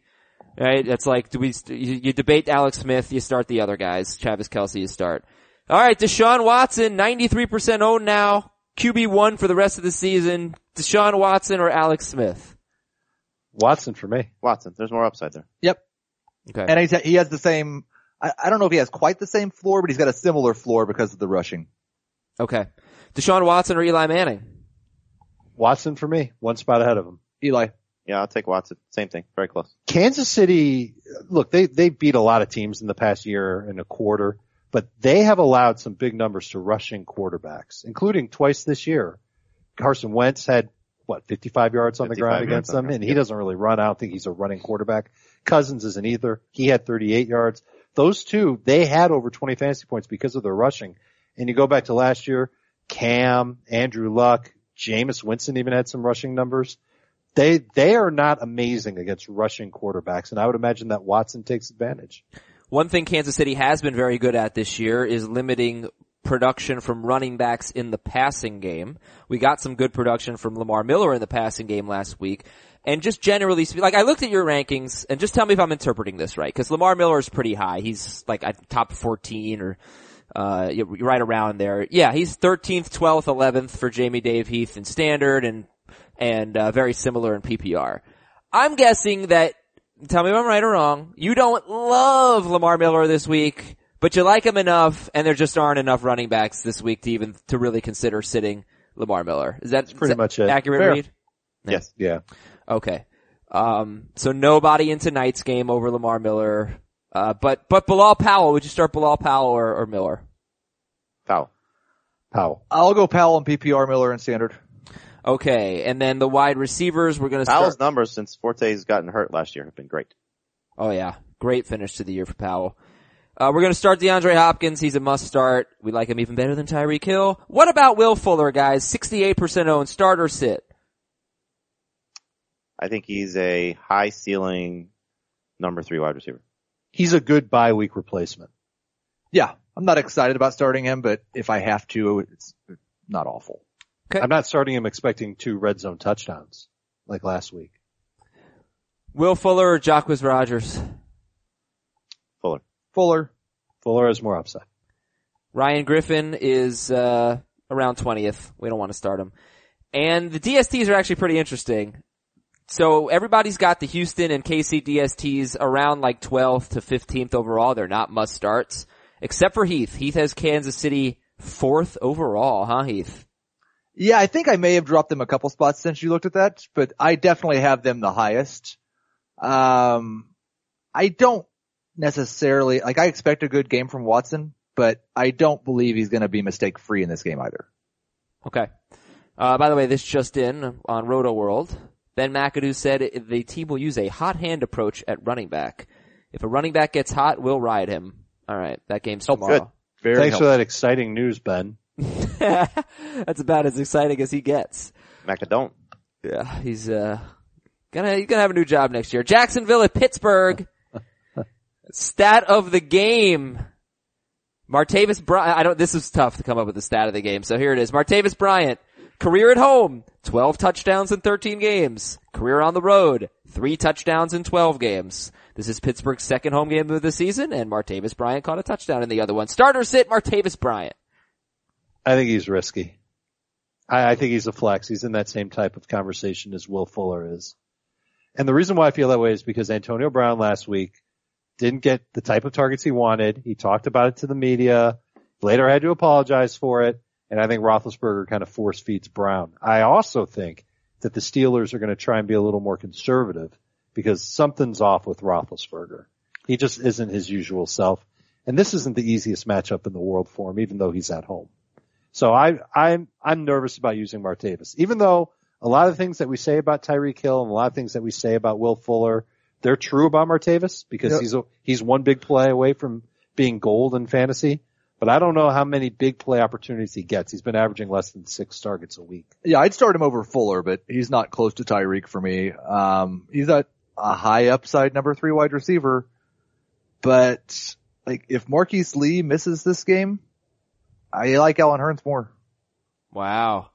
Speaker 3: right? That's like do we st- you, you debate Alex Smith, you start the other guys. Travis Kelsey, you start. All right, Deshaun Watson, ninety three percent owned now. QB one for the rest of the season. Deshaun Watson or Alex Smith?
Speaker 6: Watson for me.
Speaker 4: Watson, there's more upside there.
Speaker 3: Okay.
Speaker 5: and he's, he has the same. I, I don't know if he has quite the same floor, but he's got a similar floor because of the rushing.
Speaker 3: okay. Deshaun Watson or Eli Manning?
Speaker 6: Watson for me, one spot ahead of him.
Speaker 5: Eli.
Speaker 4: Yeah, I'll take Watson. Same thing. Very close.
Speaker 6: Kansas City, look, they, they beat a lot of teams in the past year and a quarter, but they have allowed some big numbers to rushing quarterbacks, including twice this year. Carson Wentz had, what, 55 yards on the
Speaker 4: 55
Speaker 6: ground
Speaker 4: yards
Speaker 6: against
Speaker 4: on the
Speaker 6: them,
Speaker 4: ground,
Speaker 6: and he
Speaker 4: yeah.
Speaker 6: doesn't really run. I don't think he's a running quarterback. Cousins isn't either. He had 38 yards. Those two, they had over 20 fantasy points because of their rushing. And you go back to last year, Cam, Andrew Luck, Jameis Winston even had some rushing numbers. They they are not amazing against rushing quarterbacks, and I would imagine that Watson takes advantage.
Speaker 3: One thing Kansas City has been very good at this year is limiting production from running backs in the passing game. We got some good production from Lamar Miller in the passing game last week. And just generally speaking, like I looked at your rankings and just tell me if I'm interpreting this right, cause Lamar Miller is pretty high. He's like at top 14 or, uh, yeah, right around there. Yeah, he's 13th, 12th, 11th for Jamie Dave Heath in standard and, and, uh, very similar in PPR. I'm guessing that tell me if I'm right or wrong. You don't love Lamar Miller this week, but you like him enough, and there just aren't enough running backs this week to even to really consider sitting Lamar Miller. Is that
Speaker 6: pretty
Speaker 3: is that
Speaker 6: much it.
Speaker 3: accurate
Speaker 6: Fair.
Speaker 3: read?
Speaker 4: Yes.
Speaker 6: Yeah,
Speaker 3: Okay. Um, so nobody in tonight's game over Lamar Miller, uh, but but Bilal Powell. Would you start Bilal Powell or, or Miller?
Speaker 4: Foul.
Speaker 6: Powell.
Speaker 5: I'll go Powell and PPR Miller and standard.
Speaker 3: Okay, and then the wide receivers. We're gonna start.
Speaker 4: Powell's numbers since Forte's gotten hurt last year have been great.
Speaker 3: Oh yeah, great finish to the year for Powell. Uh, we're gonna start DeAndre Hopkins. He's a must start. We like him even better than Tyreek Hill. What about Will Fuller, guys? 68% owned, start or sit?
Speaker 4: I think he's a high ceiling number three wide receiver.
Speaker 6: He's a good bye week replacement.
Speaker 5: Yeah, I'm not excited about starting him, but if I have to, it's not awful.
Speaker 3: Okay.
Speaker 6: I'm not starting him expecting two red zone touchdowns like last week.
Speaker 3: Will Fuller or Jacquez Rogers?
Speaker 4: Fuller.
Speaker 5: Fuller.
Speaker 6: Fuller has more upside.
Speaker 3: Ryan Griffin is, uh, around 20th. We don't want to start him. And the DSTs are actually pretty interesting. So everybody's got the Houston and KC DSTs around like 12th to 15th overall. They're not must starts. Except for Heath. Heath has Kansas City fourth overall, huh Heath?
Speaker 5: Yeah, I think I may have dropped them a couple spots since you looked at that, but I definitely have them the highest. Um, I don't necessarily, like I expect a good game from Watson, but I don't believe he's going to be mistake free in this game either.
Speaker 3: Okay. Uh, by the way, this just in on Roto World. Ben McAdoo said the team will use a hot hand approach at running back. If a running back gets hot, we'll ride him. All right, that game's tomorrow.
Speaker 5: Very
Speaker 6: Thanks
Speaker 5: helpful.
Speaker 6: for that exciting news, Ben.
Speaker 3: *laughs* That's about as exciting as he gets.
Speaker 4: Macadon.
Speaker 3: Yeah, he's uh gonna he's gonna have a new job next year. Jacksonville at *laughs* Pittsburgh. stat of the game. Martavis Bryant. I don't. This is tough to come up with the stat of the game. So here it is. Martavis Bryant, career at home, twelve touchdowns in thirteen games. Career on the road, three touchdowns in twelve games. This is Pittsburgh's second home game of the season, and Martavis Bryant caught a touchdown in the other one. Starter sit Martavis Bryant.
Speaker 6: I think he's risky. I, I think he's a flex. He's in that same type of conversation as Will Fuller is. And the reason why I feel that way is because Antonio Brown last week didn't get the type of targets he wanted. He talked about it to the media. Later had to apologize for it. And I think Roethlisberger kind of force feeds Brown. I also think that the Steelers are going to try and be a little more conservative because something's off with Roethlisberger. He just isn't his usual self. And this isn't the easiest matchup in the world for him, even though he's at home. So I, I'm, I'm nervous about using Martavis, even though a lot of things that we say about Tyreek Hill and a lot of things that we say about Will Fuller, they're true about Martavis because
Speaker 5: Yep.
Speaker 6: he's, a, he's one big play away from being gold in fantasy, but I don't know how many big play opportunities he gets. He's been averaging less than six targets a week.
Speaker 5: Yeah, I'd start him over Fuller, but he's not close to Tyreek for me. Um, he's a, a high upside number three wide receiver, but like if Marquise Lee misses this game, I like Alan Hearns more.
Speaker 3: Wow.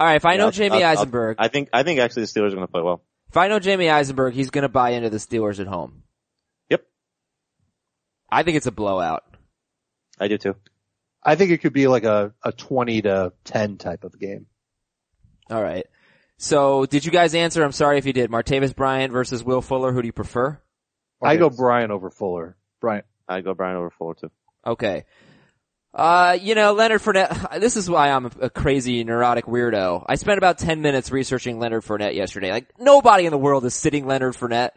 Speaker 3: All right. If I know
Speaker 4: Yeah,
Speaker 3: Jamie
Speaker 4: I'll- I'll-
Speaker 3: Eisenberg,
Speaker 4: I think I think actually the Steelers are going to play well.
Speaker 3: If I know Jamie Eisenberg, he's going to buy into the Steelers at home.
Speaker 4: Yep.
Speaker 3: I think it's a blowout.
Speaker 4: I do too.
Speaker 6: I think it could be like a, a 20 to 10 type of game.
Speaker 3: All right. So, did you guys answer? I'm sorry if you did. Martavis Bryant versus Will Fuller. Who do you prefer?
Speaker 6: I go
Speaker 4: Martavis.
Speaker 6: Brian over Fuller.
Speaker 5: Bryant.
Speaker 4: I'd go Brian over Fuller too.
Speaker 3: Okay. Uh, you know, Leonard Fournette, *laughs* this is why I'm a, a crazy neurotic weirdo. I spent about 10 minutes researching Leonard Fournette yesterday. Like, nobody in the world is sitting Leonard Fournette.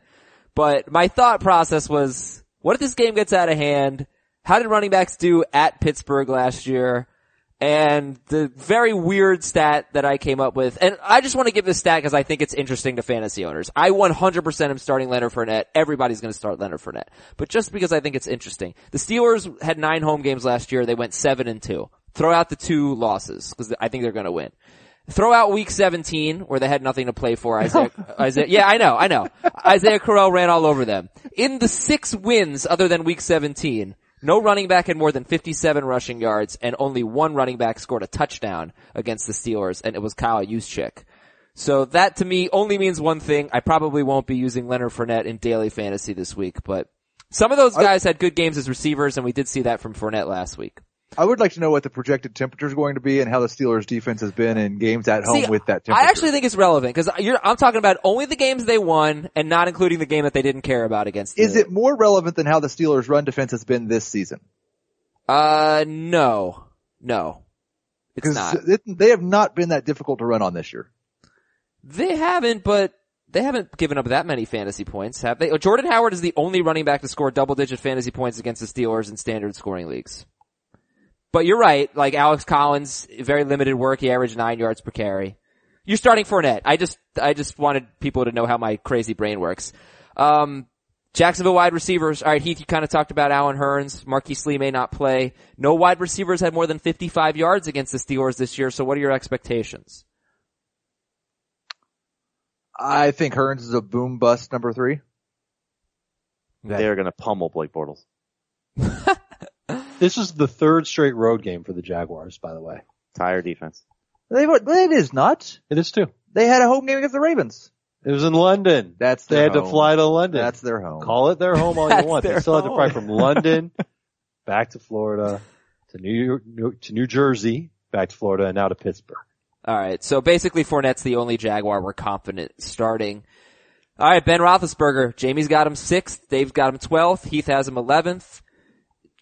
Speaker 3: But my thought process was, what if this game gets out of hand? How did running backs do at Pittsburgh last year? And the very weird stat that I came up with, and I just want to give this stat because I think it's interesting to fantasy owners. I 100% am starting Leonard Fournette. Everybody's going to start Leonard Fournette. But just because I think it's interesting. The Steelers had nine home games last year. They went seven and two. Throw out the two losses because I think they're going to win. Throw out week 17 where they had nothing to play for. Isaiah, Isaiah, yeah, I know, I know. Isaiah Correll ran all over them. In the six wins other than week 17, no running back had more than 57 rushing yards and only one running back scored a touchdown against the Steelers and it was Kyle Juszczyk. So that to me only means one thing. I probably won't be using Leonard Fournette in daily fantasy this week, but some of those guys had good games as receivers and we did see that from Fournette last week.
Speaker 5: I would like to know what the projected temperature is going to be and how the Steelers defense has been in games at home
Speaker 3: See,
Speaker 5: with that temperature.
Speaker 3: I actually think it's relevant because I'm talking about only the games they won and not including the game that they didn't care about against.
Speaker 5: is
Speaker 3: the-
Speaker 5: it more relevant than how the Steelers run defense has been this season?
Speaker 3: Uh, no, no, it's not.
Speaker 5: Because they have not been that difficult to run on this year.
Speaker 3: They haven't, but they haven't given up that many fantasy points, have they? Oh, Jordan Howard is the only running back to score double-digit fantasy points against the Steelers in standard scoring leagues. But you're right. Like Alex Collins, very limited work. He averaged nine yards per carry. You're starting Fournette. I just, I just wanted people to know how my crazy brain works. Um, Jacksonville wide receivers. All right, Heath, you kind of talked about Alan Hearns. Marquise Lee may not play. No wide receivers had more than 55 yards against the Steelers this year. So what are your expectations?
Speaker 5: I think Hearns is a boom bust number three.
Speaker 4: They're gonna pummel Blake Bortles.
Speaker 6: This is the third straight road game for the Jaguars, by the way.
Speaker 4: Tire defense.
Speaker 5: They were, that is not.
Speaker 6: It is too.
Speaker 5: They had a home game against the Ravens.
Speaker 6: It was in London.
Speaker 5: That's
Speaker 6: They
Speaker 5: their
Speaker 6: had to
Speaker 5: home.
Speaker 6: fly to London.
Speaker 5: That's their home.
Speaker 6: Call it their home all you
Speaker 3: That's
Speaker 6: want. They
Speaker 3: their
Speaker 6: still had to fly
Speaker 3: home.
Speaker 6: from
Speaker 4: *laughs*
Speaker 6: London back to Florida to New, York, New to New Jersey, back to Florida, and now to Pittsburgh.
Speaker 3: All right. So basically, Fournette's the only Jaguar we're confident starting. All right, Ben Roethlisberger. Jamie's got him sixth. Dave's got him twelfth. Heath has him eleventh.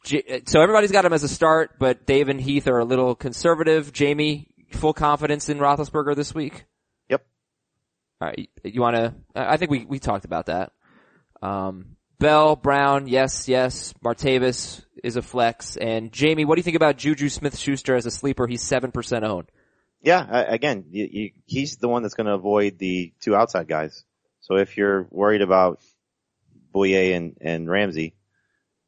Speaker 3: J- so everybody's got him as a start, but Dave and Heath are a little conservative. Jamie, full confidence in Roethlisberger this week.
Speaker 4: Yep.
Speaker 3: All right. You want to? I I think we we talked about that. Um, Bell, Brown, yes, yes. Martavis is a flex, and Jamie. What do you think about Juju Smith-Schuster as a sleeper? He's seven percent owned.
Speaker 4: Yeah, I, again, you, you, he's the one that's going to avoid the two outside guys. So if you're worried about Bouye and, and Ramsey,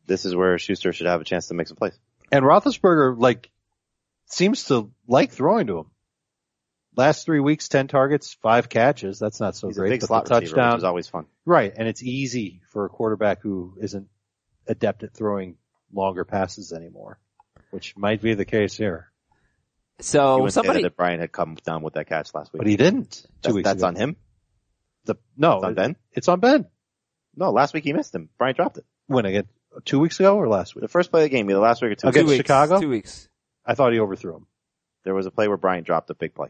Speaker 4: this is where Schuster should have a chance to make some plays.
Speaker 6: And Roethlisberger, like, seems to like throwing to him. Last three weeks, 10 targets, five catches. That's not so
Speaker 4: He's
Speaker 6: Oh, great.
Speaker 4: a big
Speaker 6: but
Speaker 4: slot
Speaker 6: the
Speaker 4: receiver,
Speaker 6: touchdown.
Speaker 4: which is always fun.
Speaker 6: Right, and it's easy for a quarterback who isn't adept at throwing longer passes anymore, which might be the case here.
Speaker 4: You
Speaker 3: So
Speaker 4: wouldn't say
Speaker 3: Oh, somebody,
Speaker 4: that if Brian had come down with that catch last week.
Speaker 6: But he didn't. Two
Speaker 4: that's
Speaker 6: weeks
Speaker 4: that's
Speaker 6: ago.
Speaker 4: on him.
Speaker 6: The, no,
Speaker 4: It's on
Speaker 6: it-
Speaker 4: Ben.
Speaker 6: It's on Ben.
Speaker 4: No, last week he missed him. Brian dropped it.
Speaker 6: When again? Two weeks ago or last
Speaker 4: The
Speaker 6: week?
Speaker 4: first play of the game, either last week or two.
Speaker 6: Okay.
Speaker 4: weeks,
Speaker 6: against
Speaker 3: two weeks,
Speaker 6: Chicago?
Speaker 3: Two weeks.
Speaker 6: I thought he overthrew him.
Speaker 4: There was a play where Brian dropped a big play.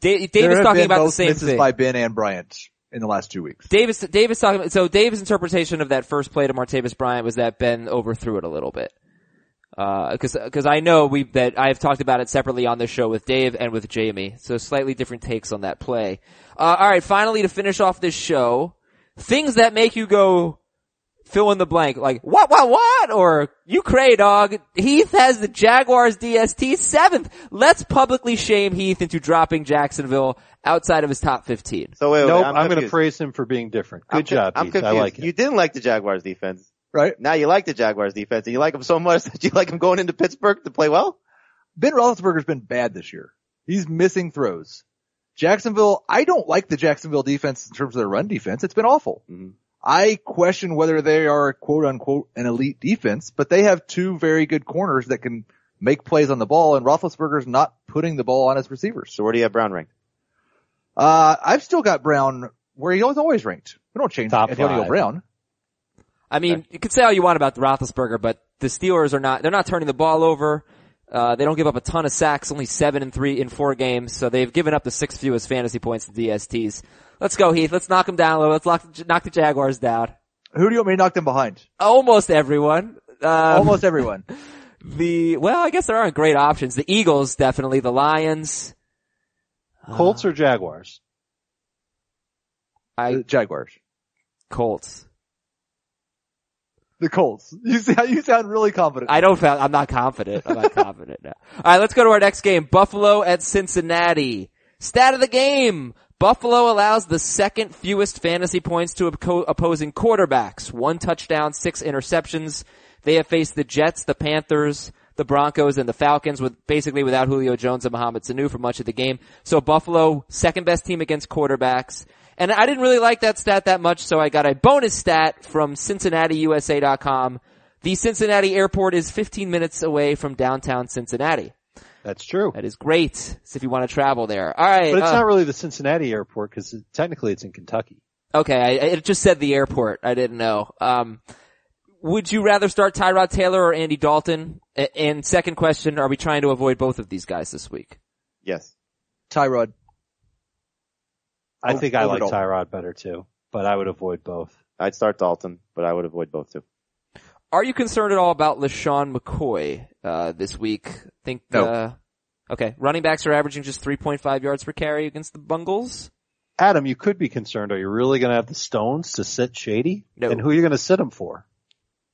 Speaker 3: Da-
Speaker 5: There
Speaker 3: Dave is
Speaker 5: have
Speaker 3: talking
Speaker 5: been
Speaker 3: about the
Speaker 5: both
Speaker 3: same
Speaker 5: misses
Speaker 3: thing.
Speaker 5: by Ben and Bryant in the last two weeks.
Speaker 3: Davis, Davis talking. So Dave's interpretation of that first play to Martavis Bryant was that Ben overthrew it a little bit. Because because I know we that I have talked about it separately on this show with Dave and with Jamie. So slightly different takes on that play. Uh, all right, finally to finish off this show, things that make you go fill in the blank, like what what what, or you cray dog. Heath has the Jaguars DST seventh. Let's publicly shame Heath into dropping Jacksonville outside of his top fifteen.
Speaker 4: So wait, wait,
Speaker 6: nope,
Speaker 4: wait,
Speaker 6: I'm,
Speaker 4: I'm,
Speaker 6: going to
Speaker 4: confused.
Speaker 6: praise him for being different. Good
Speaker 4: I'm co-
Speaker 6: job,
Speaker 4: I'm
Speaker 6: Heath. I
Speaker 4: confused.
Speaker 6: like it.
Speaker 4: You didn't like the Jaguars defense.
Speaker 5: Right?
Speaker 4: Now you like the Jaguars defense and you like them so much *laughs* that you like them going into Pittsburgh to play well?
Speaker 5: Ben Roethlisberger's been bad this year. He's missing throws. Jacksonville, I don't like the Jacksonville defense in terms of their run defense. It's been awful.
Speaker 4: Mhm.
Speaker 5: I question whether they are quote unquote an elite defense, but they have two very good corners that can make plays on the ball and Roethlisberger's not putting the ball on his receivers.
Speaker 4: So where do you have Brown ranked?
Speaker 5: Uh, I've still got Brown where he was always ranked. We don't change
Speaker 6: Top
Speaker 5: Antonio
Speaker 6: five.
Speaker 5: Brown.
Speaker 3: I mean, you could say all you want about the Roethlisberger, but the Steelers are not—they're not turning the ball over. Uh, they don't give up a ton of sacks, only seven and three in four games, so they've given up the sixth fewest fantasy points to DSTs. Let's go, Heath. Let's knock them down a little. Let's lock, knock the Jaguars down.
Speaker 5: Who do you want me to knock them behind?
Speaker 3: Almost everyone. Um,
Speaker 5: *laughs* Almost everyone.
Speaker 3: The well, I guess there aren't great options. The Eagles definitely. The Lions.
Speaker 6: Colts or Jaguars?
Speaker 5: The
Speaker 3: I
Speaker 5: Jaguars.
Speaker 3: Colts.
Speaker 5: The Colts. You see, you sound really confident.
Speaker 3: I don't. Feel, I'm not confident. I'm not confident now. All right, let's go to our next game. Buffalo at Cincinnati. Stat of the game: Buffalo allows the second fewest fantasy points to oppo- opposing quarterbacks. One touchdown, six interceptions. They have faced the Jets, the Panthers, the Broncos, and the Falcons with basically without Julio Jones and Mohamed Sanu for much of the game. So Buffalo, second best team against quarterbacks. And I didn't really like that stat that much, so I got a bonus stat from CincinnatiUSA.com. The Cincinnati airport is 15 minutes away from downtown Cincinnati.
Speaker 6: That's true.
Speaker 3: That is great if you want to travel there. All right.
Speaker 6: But it's
Speaker 3: uh,
Speaker 6: not really the Cincinnati airport because technically it's in Kentucky.
Speaker 3: okay, I, I- it just said the airport. I didn't know. Um, would you rather start Tyrod Taylor or Andy Dalton? A- and second question, are we trying to avoid both of these guys this week?
Speaker 4: Yes.
Speaker 5: Tyrod.
Speaker 6: I think I like
Speaker 5: Overall.
Speaker 6: Tyrod better too, but I would avoid both.
Speaker 4: I'd start Dalton, but I would avoid both too.
Speaker 3: Are you concerned at all about LaShawn McCoy, uh, this week? Think,
Speaker 5: No.
Speaker 3: uh, okay, running backs are averaging just 3.5 yards per carry against the Bungles.
Speaker 6: Adam, you could be concerned. Are you really going to have the stones to sit Shady?
Speaker 3: No.
Speaker 6: And who are you going to sit him for?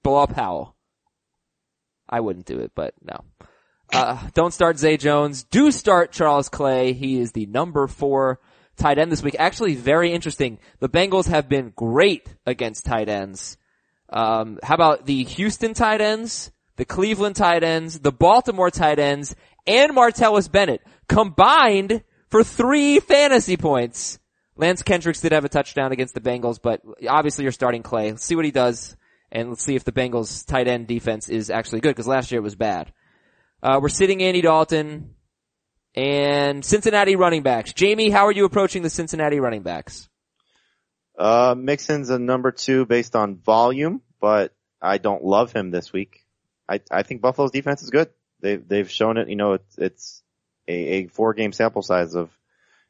Speaker 3: Bilal Powell. I wouldn't do it, but no. Uh, don't start Zay Jones. Do start Charles Clay. He is the number four tight end this week. Actually, very interesting. The Bengals have been great against tight ends. Um, how about the Houston tight ends, the Cleveland tight ends, the Baltimore tight ends, and Martellus Bennett combined for three fantasy points. Lance Kendricks did have a touchdown against the Bengals, but obviously you're starting Clay. Let's see what he does, and let's see if the Bengals tight end defense is actually good, because last year it was bad. Uh, we're sitting Andy Dalton and Cincinnati running backs. Jamie, how are you approaching the Cincinnati running backs?
Speaker 4: Uh, Mixon's a number two based on volume, but I don't love him this week. I, I think Buffalo's defense is good. They've, they've shown it, you know, it's, it's a, a four game sample size of,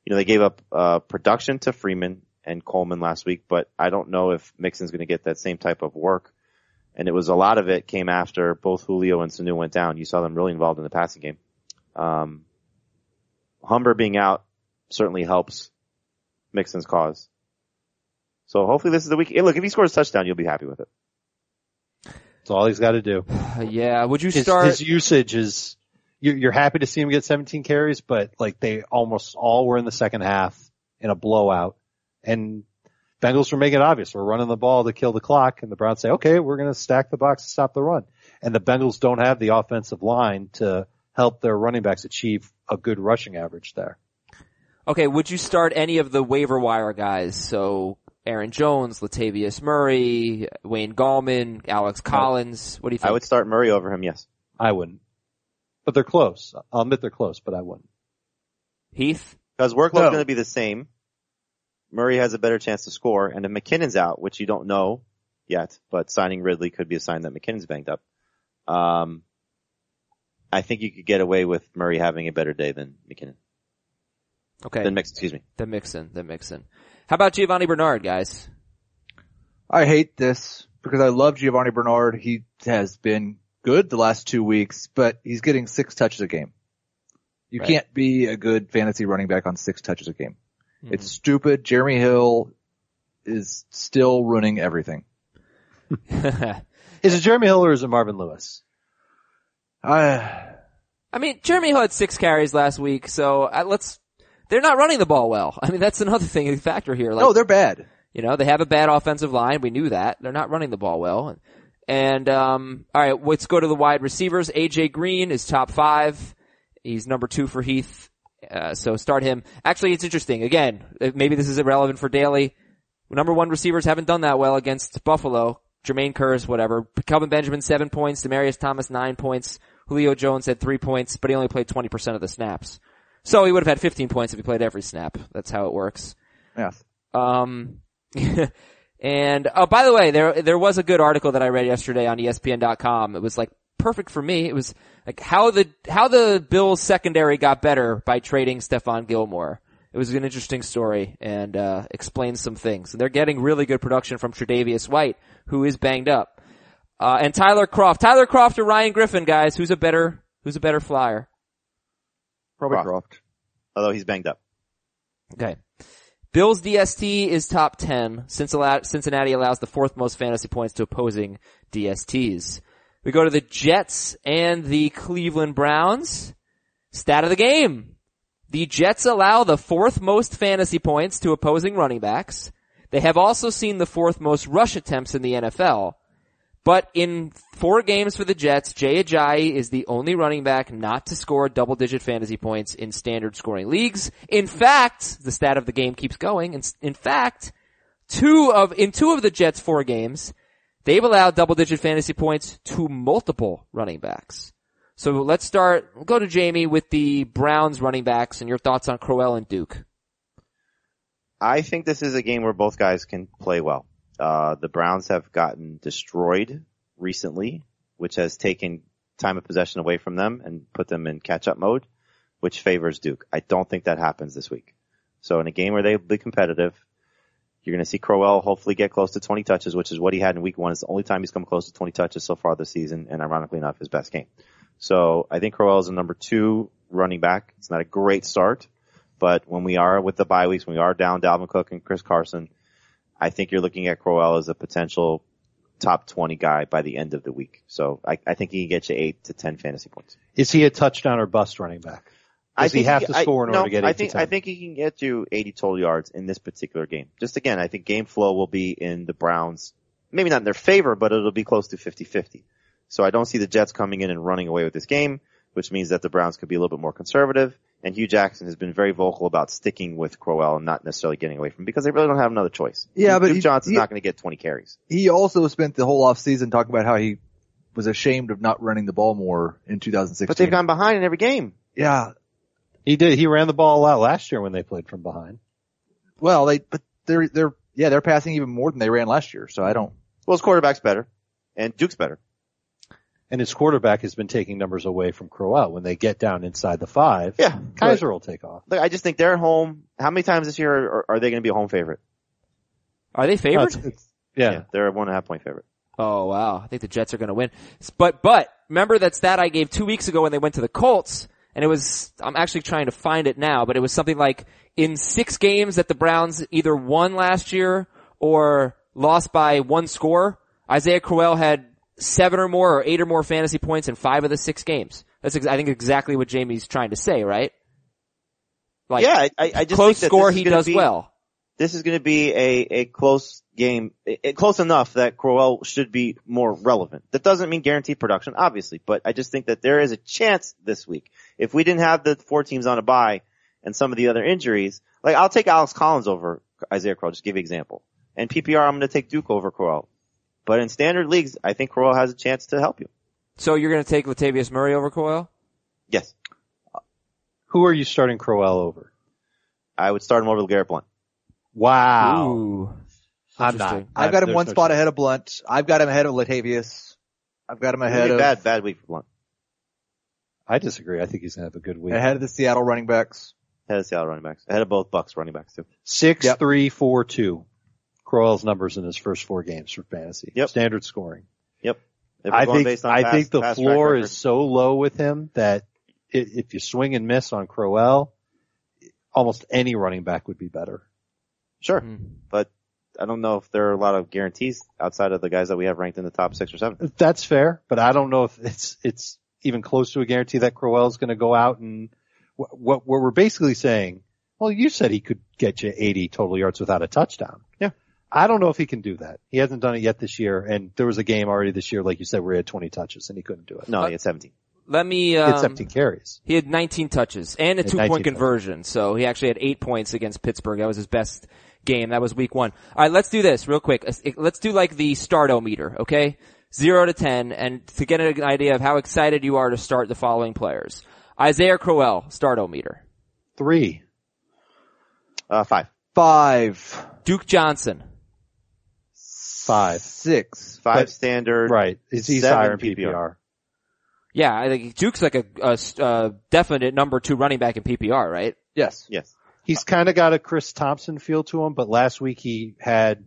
Speaker 4: you know, they gave up, uh, production to Freeman and Coleman last week, but I don't know if Mixon's going to get that same type of work. And it was a lot of it came after both Julio and Sanu went down. You saw them really involved in the passing game. Um, Humber being out certainly helps Mixon's cause. So hopefully this is the week. Hey, look, if he scores a touchdown, you'll be happy with it.
Speaker 6: That's all he's got to do.
Speaker 3: Uh, *sighs* yeah, would you
Speaker 6: His,
Speaker 3: start?
Speaker 6: his usage is, you're, you're happy to see him get 17 carries, but like they almost all were in the second half in a blowout and Bengals were making it obvious. We're running the ball to kill the clock and the Browns say, okay, we're going to stack the box to stop the run. And the Bengals don't have the offensive line to help their running backs achieve a good rushing average there.
Speaker 3: okay, would you start any of the waiver wire guys? So Aaron Jones, Latavius Murray, Wayne Gallman, Alex Collins. What do you think?
Speaker 4: I would start Murray over him, yes.
Speaker 6: I wouldn't. But they're close. I'll admit they're close, but I wouldn't.
Speaker 3: Heath.
Speaker 4: Because workload's
Speaker 6: No.
Speaker 4: going to be the same. Murray has a better chance to score, and if McKinnon's out, which you don't know yet, but signing Ridley could be a sign that McKinnon's banged up. Um, I think you could get away with Murray having a better day than McKinnon.
Speaker 3: Okay.
Speaker 4: Than Mix, excuse me.
Speaker 3: The Mixon, the Mixon. How about Giovanni Bernard, guys? *laughs*
Speaker 5: I hate this because I love Giovanni Bernard. He has been good the last two weeks, but he's getting six touches a game. You
Speaker 3: Right.
Speaker 5: can't be a good fantasy running back on six touches a game. It's stupid. Jeremy Hill is still ruining everything.
Speaker 3: I
Speaker 6: Is it Jeremy Hill or is it Marvin Lewis?
Speaker 5: I,
Speaker 3: mean, Jeremy Hill had six carries last week, so uh, let's. They're not running the ball well. I mean, that's another thing, a factor here. Like,
Speaker 5: no, they're bad.
Speaker 3: you know, they have a bad offensive line. We knew that. They're not running the ball well. And, and um, all right, let's go to the wide receivers. AJ Green is top five. He's number two for Heath. Uh, so start him. Actually, it's interesting. Again, uh, maybe this is irrelevant for Daly. Number one receivers haven't done that well against Buffalo. Jermaine Curse, whatever. Kelvin Benjamin, seven points. Demarius Thomas, nine points. Julio Jones had three points, but he only played 20% of the snaps. So he would have had 15 points if he played every snap. That's how it works.
Speaker 5: Yes.
Speaker 3: Um, *laughs* and oh, by the way, there there was a good article that I read yesterday on E ESPN.com. It was like perfect for me. It was like how the how the Bills secondary got better by trading Stefan Gilmore. It was an interesting story and uh, explains some things. And they're getting really good production from Tre'Davious White, who is banged up. Uh, and Tyler Croft. Tyler Croft or Ryan Griffin, guys. Who's a better, who's a better flyer?
Speaker 5: Probably
Speaker 4: Croft.
Speaker 5: Croft.
Speaker 4: Although he's banged up.
Speaker 3: Okay. Bills DST is top 10. Cincinnati Cincinnati allows the fourth most fantasy points to opposing DSTs. We go to the Jets and the Cleveland Browns. Stat of the game. The Jets allow the fourth most fantasy points to opposing running backs. They have also seen the fourth most rush attempts in the NFL. But in four games for the Jets, Jay Ajayi is the only running back not to score double digit fantasy points in standard scoring leagues. In fact, the stat of the game keeps going. In, in fact, two of, in two of the Jets four games, they've allowed double digit fantasy points to multiple running backs. So let's start, we'll go to Jamie with the Browns running backs and your thoughts on Crowell and Duke.
Speaker 4: I think this is a game where both guys can play well. Uh, the Browns have gotten destroyed recently, which has taken time of possession away from them and put them in catch up mode, which favors Duke. I don't think that happens this week. So in a game where they'll be competitive, you're going to see Crowell hopefully get close to 20 touches, which is what he had in week one. It's the only time he's come close to 20 touches so far this season, and ironically enough, his best game. So I think Crowell is a number two running back. It's not a great start, but when we are with the bye weeks, when we are down Dalvin Cook and Chris Carson, I think you're looking at Crowell as a potential top 20 guy by the end of the week. So I, I think he can get you eight to 10 fantasy points.
Speaker 6: Is he a touchdown or bust running back?
Speaker 4: I
Speaker 6: Does he
Speaker 4: think
Speaker 6: have to
Speaker 4: I-
Speaker 6: score in order
Speaker 4: no,
Speaker 6: to get
Speaker 4: I
Speaker 6: eight to
Speaker 4: think,
Speaker 6: 10?
Speaker 4: I think he can get you 80 total yards in this particular game. Just again, I think game flow will be in the Browns, maybe not in their favor, but it'll be close to 50-50. So I don't see the Jets coming in and running away with this game, which means that the Browns could be a little bit more conservative. And Hugh Jackson has been very vocal about sticking with Crowell and not necessarily getting away from him because they really don't have another choice.
Speaker 5: Yeah,
Speaker 4: Duke
Speaker 5: but he-
Speaker 4: Duke Johnson's
Speaker 5: he-
Speaker 4: not going to get 20 carries.
Speaker 5: He also spent the whole off season talking about how he was ashamed of not running the ball more in 2016.
Speaker 4: But they've gone behind in every game.
Speaker 5: yeah.
Speaker 6: He did. He ran the ball a lot last year when they played from behind.
Speaker 5: Well, they but they're they're yeah they're passing even more than they ran last year. So I don't.
Speaker 4: Well, his quarterback's better and Duke's better.
Speaker 6: And his quarterback has been taking numbers away from Crowell. When they get down inside the five,
Speaker 4: Yeah.
Speaker 6: Kaiser will take off.
Speaker 4: Look, I just think they're at home. How many times this year are, are they going to be a home favorite?
Speaker 3: Are they
Speaker 6: No,
Speaker 3: favored?
Speaker 6: it's- it's- yeah.
Speaker 4: They're a one and a half point favorite.
Speaker 3: Oh wow, I think the Jets are going to win. S- But but remember that stat I gave two weeks ago when they went to the Colts, and it was I'm actually trying to find it now, but it was something like in six games that the Browns either won last year or lost by one score, Isaiah Crowell had seven or more or eight or more fantasy points in five of the six games. That's ex- I think exactly what Jamie's trying to say, right? Like
Speaker 4: yeah, I- I, I just
Speaker 3: close
Speaker 4: think that
Speaker 3: score,
Speaker 4: this is
Speaker 3: he
Speaker 4: gonna
Speaker 3: does
Speaker 4: be-
Speaker 3: well.
Speaker 4: This is going to be a a close game, i i- close enough that Crowell should be more relevant. That doesn't mean guaranteed production, obviously, but I just think that there is a chance this week. If we didn't have the four teams on a bye and some of the other injuries, like I'll take Alex Collins over Isaiah Crowell. Just give you an example. And PPR, I'm going to take Duke over Crowell. But in standard leagues, I think Crowell has a chance to help you.
Speaker 3: So you're going to take Latavius Murray over Crowell?
Speaker 4: Yes.
Speaker 6: Who are you starting Crowell over?
Speaker 4: I would start him over LeGarrette Blunt.
Speaker 6: Wow.
Speaker 3: Ooh.
Speaker 6: I'm not.
Speaker 3: Interesting.
Speaker 5: I've got him
Speaker 6: There's
Speaker 5: one
Speaker 6: no
Speaker 5: spot
Speaker 6: chance.
Speaker 5: ahead of Blunt. I've got him ahead of Latavius. I've got him
Speaker 4: It's
Speaker 5: ahead
Speaker 4: gonna
Speaker 5: of
Speaker 4: be a bad, bad week for Blunt.
Speaker 6: I disagree. I think he's gonna have a good week.
Speaker 5: ahead of the Seattle running backs.
Speaker 4: Ahead of Seattle running backs. Ahead of both Bucks running backs too.
Speaker 6: Six,
Speaker 5: Yep.
Speaker 6: three, four, two. Crowell's numbers in his first four games for fantasy.
Speaker 4: Yep.
Speaker 6: Standard scoring.
Speaker 4: If we're
Speaker 6: I
Speaker 4: going
Speaker 6: think
Speaker 4: based on
Speaker 6: I
Speaker 4: past-
Speaker 6: think the
Speaker 4: past track
Speaker 6: floor
Speaker 4: record.
Speaker 6: is so low with him that i if you swing and miss on Crowell, almost any running back would be better.
Speaker 4: sure,
Speaker 6: Mm-hmm.
Speaker 3: Hmm.
Speaker 4: but I don't know if there are a lot of guarantees outside of the guys that we have ranked in the top six or seven.
Speaker 6: That's fair, but I don't know if it's it's even close to a guarantee that Crowell's going to go out and what, what what we're basically saying. Well, you said he could get you 80 total yards without a touchdown.
Speaker 4: Yeah.
Speaker 6: I don't know if he can do that. He hasn't done it yet this year, and there was a game already this year, like you said, where he had 20 touches and he couldn't do it.
Speaker 4: No,
Speaker 3: Uh,
Speaker 4: he had seventeen.
Speaker 3: Let me,
Speaker 6: He
Speaker 3: um,
Speaker 6: had 17 carries.
Speaker 3: He had 19 touches and a
Speaker 6: Yeah,
Speaker 3: two point
Speaker 6: 19 touches.
Speaker 3: conversion. So he actually had eight points against Pittsburgh. That was his best game. That was week one. All right. Let's do this real quick. Let's- Let's do like the stardo meter. Okay. Zero to 10 and to get an idea of how excited you are to start the following players. Isaiah Crowell, stardo meter.
Speaker 6: Three,
Speaker 4: Uh, five,
Speaker 5: Five,
Speaker 3: Duke Johnson.
Speaker 6: five.
Speaker 5: six.
Speaker 4: five
Speaker 6: But-
Speaker 4: standard.
Speaker 6: Right. He's, he's
Speaker 4: Seven
Speaker 6: higher in PPR.
Speaker 4: PPR.
Speaker 3: Yeah. I think Duke's like a, a s- uh, definite number two running back in PPR, right?
Speaker 5: Yes.
Speaker 4: Yes.
Speaker 6: He's kind of got a Chris Thompson feel to him, but last week he had,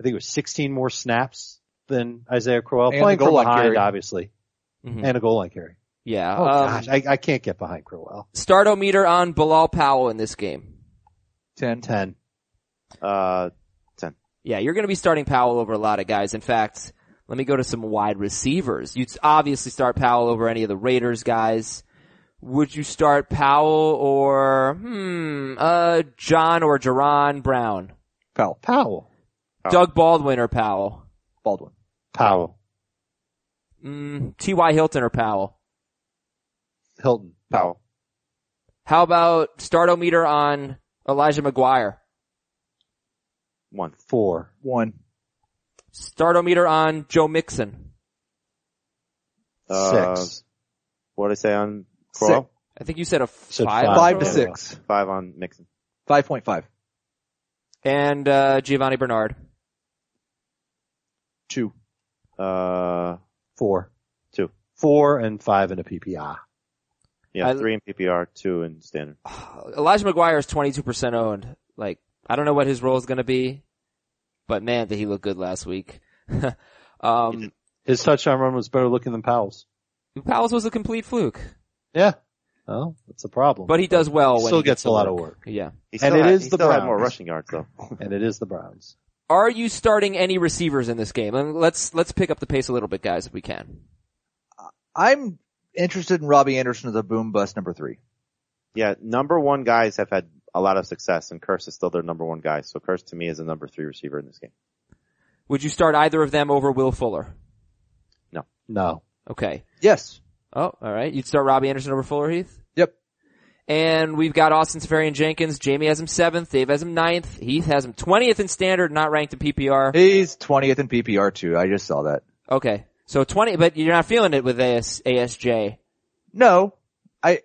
Speaker 6: I think it was 16 more snaps than Isaiah Crowell.
Speaker 5: And
Speaker 6: Playing
Speaker 5: a
Speaker 6: from
Speaker 5: goal line
Speaker 6: behind,
Speaker 5: carry.
Speaker 6: obviously,
Speaker 3: Mhm.
Speaker 6: and a goal line carry.
Speaker 3: Yeah.
Speaker 6: Oh
Speaker 3: um,
Speaker 6: gosh, I, I can't get behind Crowell.
Speaker 3: Stardometer on Bilal Powell in this game.
Speaker 5: Ten.
Speaker 6: Ten.
Speaker 4: Uh,
Speaker 3: Yeah, you're going to be starting Powell over a lot of guys. In fact, let me go to some wide receivers. You'd obviously start Powell over any of the Raiders guys. Would you start Powell or hmm, uh, John or Jerron Brown,
Speaker 5: Powell.
Speaker 6: Powell.
Speaker 4: Powell.
Speaker 3: Doug Baldwin or Powell,
Speaker 5: Baldwin.
Speaker 6: Powell.
Speaker 3: mm, T. Y. Hilton or Powell?
Speaker 6: Hilton. Powell.
Speaker 3: How about Stardometer on Elijah McGuire?
Speaker 4: one.
Speaker 6: Four.
Speaker 5: One.
Speaker 3: Stardometer on Joe Mixon.
Speaker 4: Uh,
Speaker 6: six.
Speaker 4: What did I say on Crowell?
Speaker 3: I think you said a
Speaker 6: Said
Speaker 3: five.
Speaker 6: five.
Speaker 5: Five to
Speaker 3: overall?
Speaker 6: Baldwin.
Speaker 5: six.
Speaker 4: Five on Mixon.
Speaker 5: Five point five.
Speaker 3: And uh, Giovanni Bernard.
Speaker 5: Two.
Speaker 4: Uh,
Speaker 6: Four.
Speaker 4: Two.
Speaker 6: Four and five in a PPR.
Speaker 4: yeah,
Speaker 3: I-
Speaker 4: three in PPR, two in standard.
Speaker 3: Elijah McGuire is 22% owned. Like, I don't know what his role is going to be, but man, did he look good last week. *laughs* um,
Speaker 6: His touchdown run was better looking than Powell's.
Speaker 3: Powell's was a complete fluke,
Speaker 6: Yeah. Well, Oh, that's a problem.
Speaker 3: but he does well when
Speaker 6: still
Speaker 3: he
Speaker 6: gets a
Speaker 3: to
Speaker 6: lot of work.
Speaker 3: Yeah.
Speaker 4: He
Speaker 6: And
Speaker 4: still
Speaker 6: it
Speaker 4: had,
Speaker 6: is
Speaker 4: he
Speaker 6: the
Speaker 4: still had
Speaker 6: Browns.
Speaker 4: more rushing yards though.
Speaker 6: and it is the Browns.
Speaker 3: Are you starting any receivers in this game? And Let's, let's pick up the pace a little bit, guys, if we can.
Speaker 5: I'm interested in Robbie Anderson as a boom bust number three.
Speaker 4: Yeah, number one guys have had a lot of success, and Curse is still their number one guy. So Curse to me is a number three receiver in this game.
Speaker 3: Would you start either of them over Will Fuller?
Speaker 6: No.
Speaker 3: Okay.
Speaker 5: Yes.
Speaker 3: Oh, alright. You'd start Robbie Anderson over Fuller Heath?
Speaker 5: Yep.
Speaker 3: And we've got Austin Safarian Jenkins. Jamie has him seventh. Dave has him ninth. Heath has him 20th in standard, not ranked in PPR.
Speaker 5: He's 20th in PPR too. I just saw that.
Speaker 3: Okay. So 20, but you're not feeling it with AS, ASJ.
Speaker 5: No, I,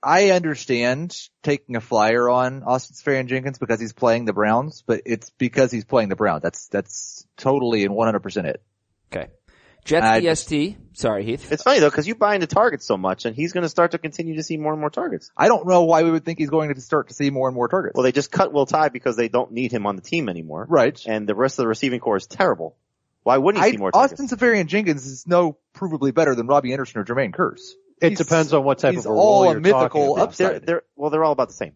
Speaker 5: I understand taking a flyer on Austin Safarian Jenkins because he's playing the Browns, but it's because he's playing the Browns. That's, that's totally and 100% it.
Speaker 3: Okay. Jets
Speaker 5: I
Speaker 3: DST. Sorry, Heath.
Speaker 4: It's funny though because you buy into targets so much, and he's going to start to continue to see more and more targets.
Speaker 5: I don't know why we would think he's going to start to see more and more targets.
Speaker 4: Well, they just cut Will Ty because they don't need him on the team anymore,
Speaker 5: right.
Speaker 4: and the rest of the receiving core is terrible. Why wouldn't he
Speaker 5: I,
Speaker 4: see more targets?
Speaker 5: Austin Safarian Jenkins is no provably better than Robbie Anderson or Jermaine Curse.
Speaker 6: It
Speaker 5: He's-
Speaker 6: depends on what type
Speaker 5: he's
Speaker 6: of a role
Speaker 5: all a
Speaker 6: you're talking
Speaker 5: mythical
Speaker 6: about.
Speaker 5: upside.
Speaker 4: They're, they're, well, they're all about the same.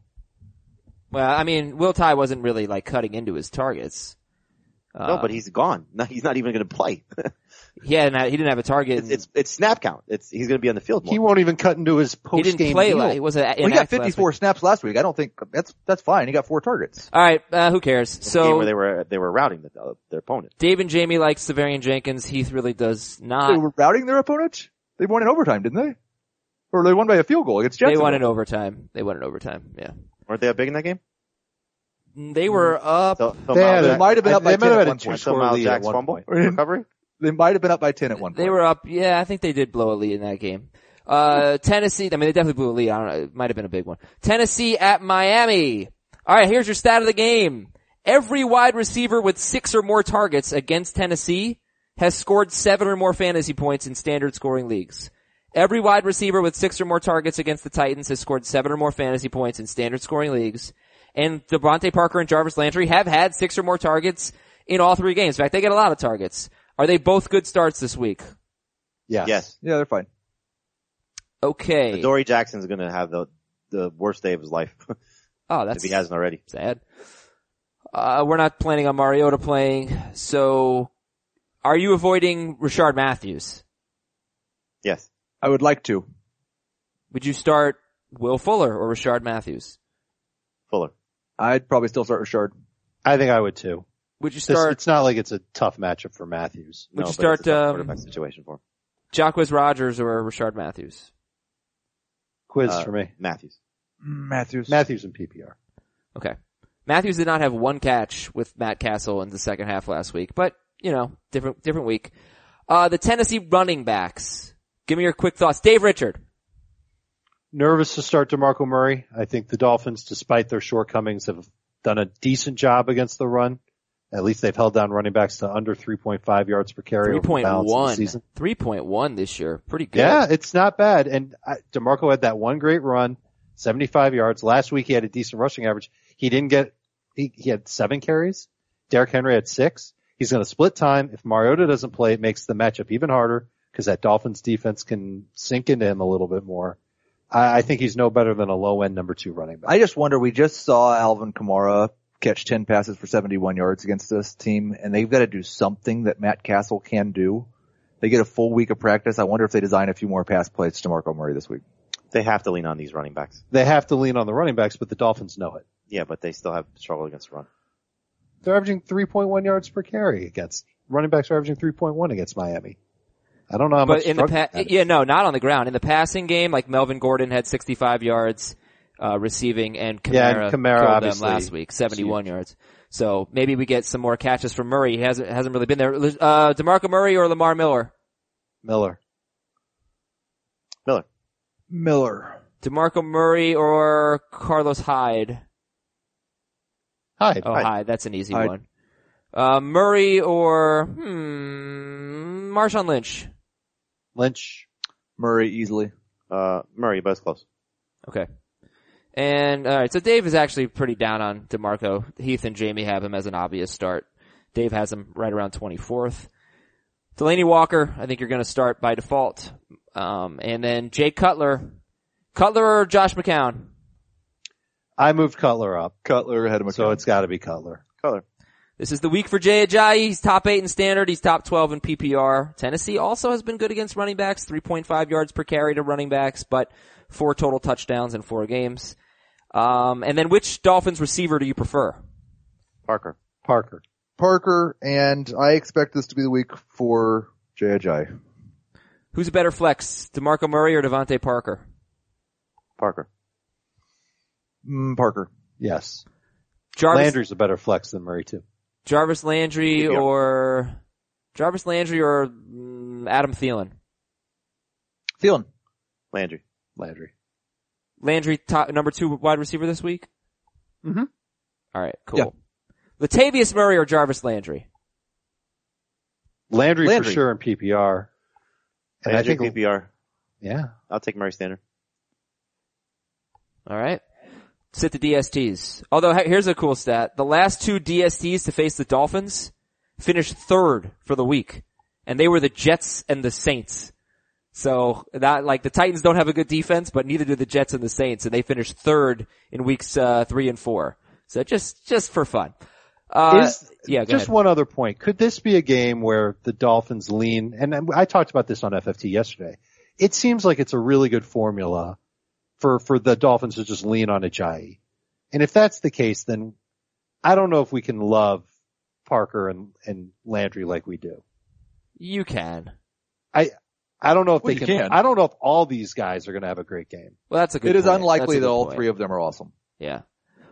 Speaker 3: Well, I mean, Will Ty wasn't really like cutting into his targets. Uh,
Speaker 4: no, but he's gone. No, he's not even going to play. *laughs*
Speaker 3: he had not, he didn't have a target.
Speaker 4: it's,
Speaker 3: in-
Speaker 4: it's it's snap count. It's he's going to be on the field more.
Speaker 6: He won't even cut into his
Speaker 3: he
Speaker 6: post game.
Speaker 3: didn't play like, he was a,
Speaker 5: Well, he got 54 snaps last week. I don't think that's, that's fine. He got four targets.
Speaker 3: Alright, uh, who cares?
Speaker 4: The game where
Speaker 3: So,
Speaker 4: they were they were routing the, uh, their opponent.
Speaker 3: Dave and Jamie like Severian Jenkins. Heath really does
Speaker 5: they
Speaker 3: not.
Speaker 5: were routing their opponent. They won in overtime, didn't they? Or they won by a field goal against
Speaker 3: They
Speaker 5: Jacksonville.
Speaker 3: won in overtime. They won in overtime. Yeah. Mm-hmm.
Speaker 4: Weren't they up big in that game?
Speaker 3: They were up.
Speaker 4: So, so
Speaker 6: They
Speaker 4: Miles
Speaker 6: had
Speaker 5: They
Speaker 6: a-
Speaker 4: Jack-
Speaker 5: might have been
Speaker 6: I-
Speaker 5: up by
Speaker 6: they might
Speaker 5: 10
Speaker 6: have had
Speaker 5: at
Speaker 6: a
Speaker 5: one
Speaker 6: two
Speaker 5: point.
Speaker 4: so
Speaker 6: score
Speaker 4: Miles
Speaker 6: lead at
Speaker 4: Jack's
Speaker 6: one
Speaker 4: fumble
Speaker 6: point.
Speaker 4: *laughs* recovery.
Speaker 5: They might have been up by 10 at one point.
Speaker 3: They were up. Yeah, I think they did blow a lead in that game. Uh, Tennessee. I mean, they definitely blew a lead. I don't know. It might have been a big one. Tennessee at Miami. All right, here's your stat of the game. Every wide receiver with six or more targets against Tennessee has scored seven or more fantasy points in standard scoring leagues. Every wide receiver with six or more targets against the Titans has scored seven or more fantasy points in standard scoring leagues. And Devontae Parker and Jarvis Landry have had six or more targets in all three games. In fact, they get a lot of targets. Are they both good starts this week?
Speaker 6: Yes.
Speaker 4: Yes,
Speaker 5: Yeah, they're fine.
Speaker 3: Okay.
Speaker 4: Dory Jackson's going to have the the worst day of his life *laughs*
Speaker 3: oh,
Speaker 4: if
Speaker 3: that's
Speaker 4: he hasn't already.
Speaker 3: sad. Uh, we're not planning on Mariota playing, so are you avoiding Richard Matthews?
Speaker 4: Yes,
Speaker 5: I would like to.
Speaker 3: Would you start Will Fuller or Richard Matthews?
Speaker 4: Fuller.
Speaker 5: I'd probably still start Richard.
Speaker 6: I think I would too.
Speaker 3: Would you
Speaker 6: This-
Speaker 3: start
Speaker 6: it's not like it's a tough matchup for Matthews.
Speaker 3: Would you
Speaker 4: no, but it's a
Speaker 3: start,
Speaker 4: tough
Speaker 3: um,
Speaker 4: quarterback situation for him.
Speaker 3: Jacquez Rogers or Richard Matthews?
Speaker 6: Quiz
Speaker 4: Uh,
Speaker 6: for me.
Speaker 4: Matthews?
Speaker 5: Matthews.
Speaker 6: Matthews and PPR.
Speaker 3: Okay. Matthews did not have one catch with Matt Castle in the second half last week, but you know, different different week. Uh, the Tennessee running backs. Give me your quick thoughts, Dave Richard.
Speaker 6: Nervous to start DeMarco Murray. I think the Dolphins, despite their shortcomings, have done a decent job against the run. At least they've held down running backs to under 3.5 yards per carry. over
Speaker 3: Three
Speaker 6: the
Speaker 3: point
Speaker 6: balance of the
Speaker 3: one.
Speaker 6: season.
Speaker 3: Three point one this year. Pretty good.
Speaker 6: Yeah, it's not bad. And I, DeMarco had that one great run, 75 yards. Last week he had a decent rushing average. He didn't get, he, he had seven carries. Derrick Henry had six. He's going to split time. If Mariota doesn't play, it makes the matchup even harder because that Dolphins defense can sink into him a little bit more. I, I think he's no better than a low end number two running back.
Speaker 5: I just wonder, we just saw Alvin Kamara catch 10 passes for 71 yards against this team, and they've got to do something that Matt Castle can do. They get a full week of practice. I wonder if they design a few more pass plays to Marco Murray this week.
Speaker 4: They have to lean on these running backs.
Speaker 6: they have to lean on the running backs, but the Dolphins know it.
Speaker 4: Yeah, but they still have struggled against the run.
Speaker 6: They're averaging 3.1 yards per carry against running backs are averaging 3.1 against Miami. I don't know how much.
Speaker 3: But in the
Speaker 6: struggle
Speaker 3: pa-
Speaker 6: that is.
Speaker 3: yeah, no, not on the ground. In the passing game, like Melvin Gordon had 65 yards uh, receiving, and Kamara,
Speaker 6: Yeah, and Kamara
Speaker 3: killed them
Speaker 6: obviously
Speaker 3: last week, 71 yards. So maybe we get some more catches from Murray. He hasn't hasn't really been there. Uh, Demarco Murray or Lamar Miller?
Speaker 6: Miller.
Speaker 4: Miller.
Speaker 5: Miller.
Speaker 3: Demarco Murray or Carlos Hyde?
Speaker 6: Hi.
Speaker 3: Oh,
Speaker 4: Hyde.
Speaker 3: Hyde. That's an easy
Speaker 5: Hyde.
Speaker 3: one. Uh, Murray or hmm, Marshawn Lynch.
Speaker 6: Lynch.
Speaker 5: Murray easily.
Speaker 4: Uh, Murray, but it's close.
Speaker 3: Okay. And all right, so Dave is actually pretty down on Demarco. Heath and Jamie have him as an obvious start. Dave has him right around 24th. Delaney Walker, I think you're going to start by default. Um, and then Jay Cutler, Cutler or Josh McCown.
Speaker 6: I moved Cutler up,
Speaker 5: Cutler ahead of McCown.
Speaker 6: so it's got to be Cutler.
Speaker 4: Color.
Speaker 3: This is the week for Jay Ajayi. He's top eight in standard. He's top 12 in PPR. Tennessee also has been good against running backs, 3.5 yards per carry to running backs, but four total touchdowns in four games. Um, and then which Dolphins receiver do you prefer?
Speaker 4: Parker.
Speaker 6: Parker.
Speaker 5: Parker, and I expect this to be the week for Jay Ajayi.
Speaker 3: Who's a better flex, DeMarco Murray or Devontae Parker?
Speaker 4: Parker.
Speaker 5: Mm, Parker.
Speaker 6: Yes.
Speaker 3: Jarvis
Speaker 6: Landry's a better flex than Murray too.
Speaker 3: Jarvis Landry
Speaker 4: Yeah.
Speaker 3: or Jarvis Landry or mm, Adam Thielen.
Speaker 5: Thielen.
Speaker 4: Landry.
Speaker 6: Landry.
Speaker 3: Landry top number 2 wide receiver this week?
Speaker 6: Mhm.
Speaker 3: All right, cool.
Speaker 5: Yeah.
Speaker 3: Latavius Murray or Jarvis Landry?
Speaker 6: Landry, for
Speaker 5: Landry.
Speaker 6: sure in PPR. And
Speaker 4: Landry,
Speaker 6: I think,
Speaker 4: PPR.
Speaker 6: yeah.
Speaker 4: I'll take Murray Standard.
Speaker 3: All right. Sit the DSTs. Although he- here's a cool stat. The last two DSTs to face the Dolphins finished third for the week. And they were the Jets and the Saints. So that like the Titans don't have a good defense, but neither do the Jets and the Saints, and they finished third in weeks uh, three and four. So just just for fun. Uh,
Speaker 6: Is-
Speaker 3: yeah, go
Speaker 6: just
Speaker 3: ahead.
Speaker 6: one other point. Could this be a game where the Dolphins lean? And I talked about this on FFT yesterday. It seems like it's a really good formula for for the Dolphins to just lean on Ajayi. And if that's the case, then I don't know if we can love Parker and and Landry like we do.
Speaker 3: you can.
Speaker 6: I don't know if
Speaker 5: Well,
Speaker 6: they
Speaker 5: you
Speaker 6: can,
Speaker 5: can.
Speaker 6: I don't know if all these guys are going to have a great game.
Speaker 3: Well, that's a good.
Speaker 5: it is
Speaker 3: point. That's
Speaker 5: unlikely
Speaker 3: a
Speaker 5: that
Speaker 3: good
Speaker 5: all
Speaker 3: point.
Speaker 5: three of them are awesome.
Speaker 3: Yeah.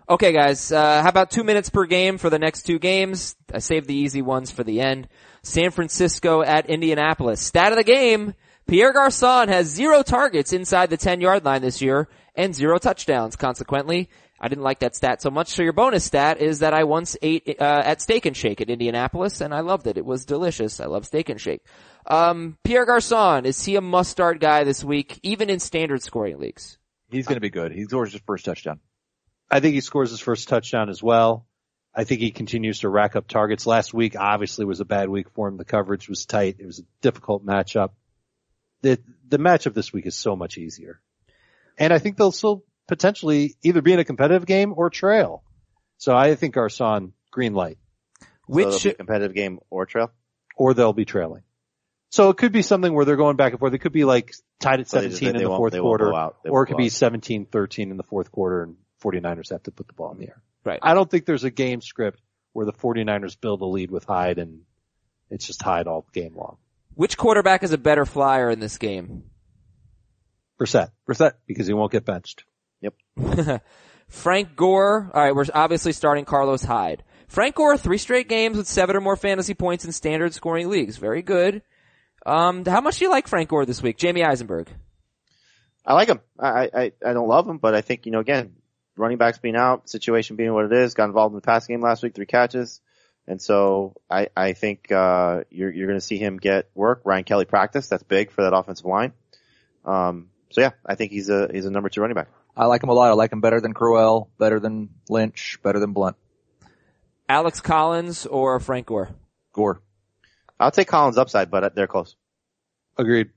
Speaker 3: Okay, guys. Uh, how about two minutes per game for the next two games? I saved the easy ones for the end. San Francisco at Indianapolis. Stat of the game: Pierre Garcon has zero targets inside the ten-yard line this year and zero touchdowns. Consequently, I didn't like that stat so much. So your bonus stat is that I once ate uh, at Steak and Shake at Indianapolis, and I loved it. It was delicious. I love Steak and Shake. Um, Pierre Garcon is he a must-start guy this week, even in standard scoring leagues?
Speaker 5: He's going to be good. He scores his first touchdown.
Speaker 6: I think he scores his first touchdown as well. I think he continues to rack up targets. Last week obviously was a bad week for him. The coverage was tight. It was a difficult matchup. The the matchup this week is so much easier. And I think they'll still potentially either be in a competitive game or trail. So I think Garcon green light
Speaker 4: so
Speaker 3: Which
Speaker 4: it'll be a competitive game or trail.
Speaker 6: or they'll be trailing. So it could be something where they're going back and forth. It could be like tied at
Speaker 4: So they just-
Speaker 6: 17
Speaker 4: they
Speaker 6: in the
Speaker 4: won't-
Speaker 6: fourth
Speaker 4: they won't
Speaker 6: quarter
Speaker 4: blow out.
Speaker 6: or
Speaker 4: They
Speaker 6: it
Speaker 4: won't
Speaker 6: could
Speaker 4: blow
Speaker 6: be
Speaker 4: out.
Speaker 6: 17 13 in the fourth quarter and 49ers have to put the ball in the air.
Speaker 3: Right.
Speaker 6: I don't think there's a game script where the 49ers build a lead with Hyde and it's just Hyde all game long.
Speaker 3: Which quarterback is a better flyer in this game?
Speaker 6: Brissett. Brissett. Because he won't get benched.
Speaker 3: Frank Gore. All right, we're obviously starting Carlos Hyde. Frank Gore, three straight games with seven or more fantasy points in standard scoring leagues. Very good. Um, how much do you like Frank Gore this week? Jamie Eisenberg.
Speaker 4: I like him. I, I, I- I don't love him, but I think, you know, again, running backs being out, situation being what it is, got involved in the pass game last week, three catches. And so I, I think, uh, you're, you're going to see him get work. Ryan Kelly practice. That's big for that offensive line. Um, so yeah, I think he's a, he's a number two running back.
Speaker 5: I like him a lot. I like him better than Crowell, better than Lynch, better than Blunt.
Speaker 3: Alex Collins or Frank Gore?
Speaker 4: Gore. I'll take Collins upside, but they're close.
Speaker 6: Agreed.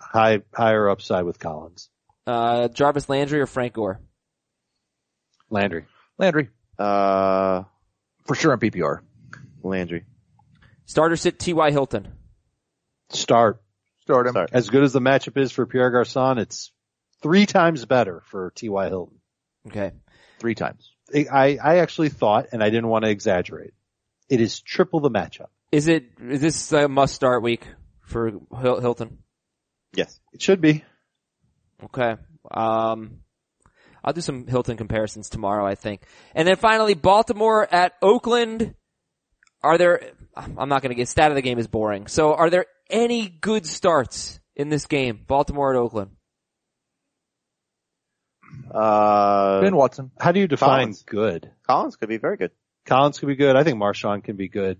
Speaker 6: High, higher upside with Collins.
Speaker 3: Uh, Jarvis Landry or Frank Gore?
Speaker 6: Landry.
Speaker 5: Landry
Speaker 4: Uh,
Speaker 5: for sure in PPR.
Speaker 4: Landry.
Speaker 3: Starter sit T.Y. Hilton.
Speaker 6: Start.
Speaker 5: Start him.
Speaker 4: Start.
Speaker 6: As good as the matchup is for Pierre Garcon, it's three times better for T.Y. Hilton.
Speaker 3: Okay.
Speaker 5: three times.
Speaker 6: I, I actually thought, and I didn't want to exaggerate, it is triple the matchup.
Speaker 3: Is it, is this a must start week for Hil- Hilton?
Speaker 4: Yes.
Speaker 6: It should be.
Speaker 3: Okay. Um, I'll do some Hilton comparisons tomorrow, I think. And then finally, Baltimore at Oakland. Are there, I'm not going to get, stat of the game is boring. So are there any good starts in this game? Baltimore at Oakland.
Speaker 4: Uh,
Speaker 5: ben Watson.
Speaker 6: How do you define
Speaker 4: Collins.
Speaker 6: good?
Speaker 4: Collins could be very good.
Speaker 6: Collins could be good. I think Marshawn can be good.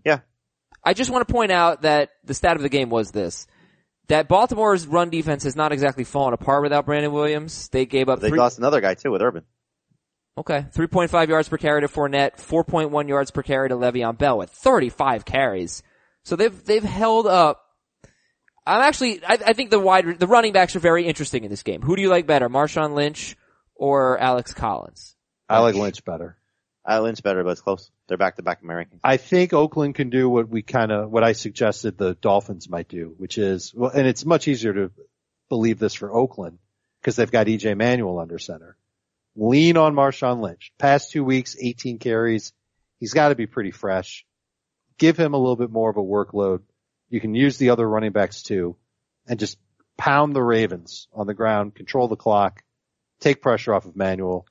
Speaker 3: I just want to point out that the stat of the game was this. That Baltimore's run defense has not exactly fallen apart without Brandon Williams. They gave up
Speaker 4: They
Speaker 3: three,
Speaker 4: lost another guy too with Urban.
Speaker 3: okay, 3.5 yards per carry to Fournette, 4.1 yards per carry to Le'Veon Bell with 35 carries. So they've, they've held up. I'm actually, I, I think the wide, the running backs are very interesting in this game. Who do you like better, Marshawn Lynch or Alex Collins?
Speaker 6: I like Lynch better.
Speaker 4: I Lynch better, but it's close. They're back to back American.
Speaker 6: I think Oakland can do what we kind of, what I suggested the Dolphins might do, which is, well, and it's much easier to believe this for Oakland because they've got EJ Manuel under center. Lean on Marshawn Lynch. Past two weeks, 18 carries. He's got to be pretty fresh. Give him a little bit more of a workload. You can use the other running backs too and just pound the Ravens on the ground, control the clock, take pressure off of Manuel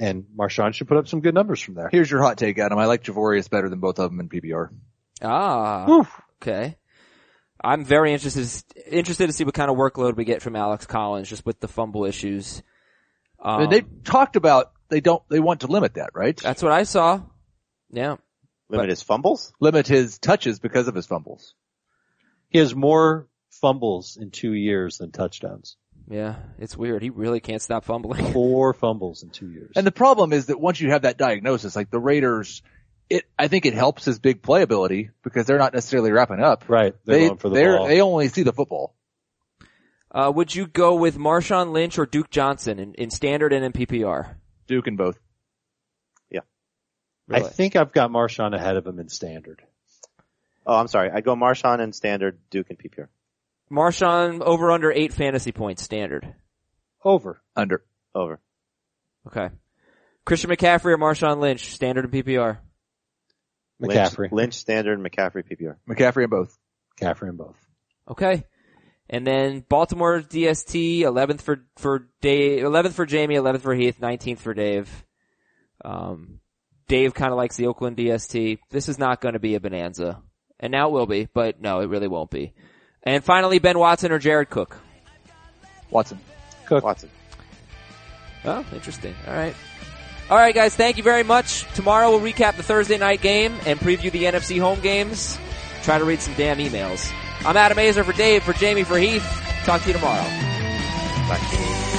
Speaker 6: and Marshawn should put up some good numbers from there.
Speaker 5: Here's your hot take, Adam. I like Javorius better than both of them in PPR.
Speaker 3: Ah, okay. I'm very interested interested to see what kind of workload we get from Alex Collins, just with the fumble issues. Um,
Speaker 5: And they talked about they don't they want to limit that, right?
Speaker 3: that's what I saw. Yeah,
Speaker 4: Limit his fumbles?
Speaker 5: Limit his touches because of his fumbles.
Speaker 6: He has more fumbles in two years than touchdowns.
Speaker 3: yeah. It's weird. He really can't stop fumbling. *laughs*
Speaker 6: Four fumbles in two years.
Speaker 5: And the problem is that once you have that diagnosis, like the Raiders, it I think it helps his big playability because they're not necessarily wrapping up.
Speaker 6: right. They're
Speaker 5: They
Speaker 6: going for the
Speaker 5: they're-
Speaker 6: ball.
Speaker 5: they only see the football.
Speaker 3: Uh, would you go with Marshawn Lynch or Duke Johnson in, in standard and in PPR?
Speaker 5: Duke and both.
Speaker 6: I
Speaker 3: Really?
Speaker 6: think I've got Marshawn ahead of him in standard.
Speaker 4: Oh, I'm sorry. I go Marshawn and Standard, Duke and PPR.
Speaker 3: Marshawn over under eight fantasy points standard.
Speaker 6: Over.
Speaker 5: Under.
Speaker 4: Over.
Speaker 3: Okay. Christian McCaffrey or Marshawn Lynch standard and PPR.
Speaker 6: McCaffrey.
Speaker 4: Lynch, Lynch Standard, McCaffrey, PPR.
Speaker 5: McCaffrey and both.
Speaker 6: McCaffrey and both.
Speaker 3: Okay. And then Baltimore DST, 11th for, for Dave, 11th for Jamie, 11th for Heath, 19th for Dave. Um, Dave kind of likes the Oakland DST. This is not going to be a bonanza. And now it will be, but no, it really won't be. And finally, Ben Watson or Jared Cook.
Speaker 5: Watson.
Speaker 6: Cook.
Speaker 4: Watson.
Speaker 3: Oh, interesting. All right. All right, guys. Thank you very much. Tomorrow we'll recap the Thursday night game and preview the NFC home games. Try to read some damn emails. I'm Adam Azer for Dave, for Jamie, for Heath. Talk to you tomorrow.
Speaker 1: It's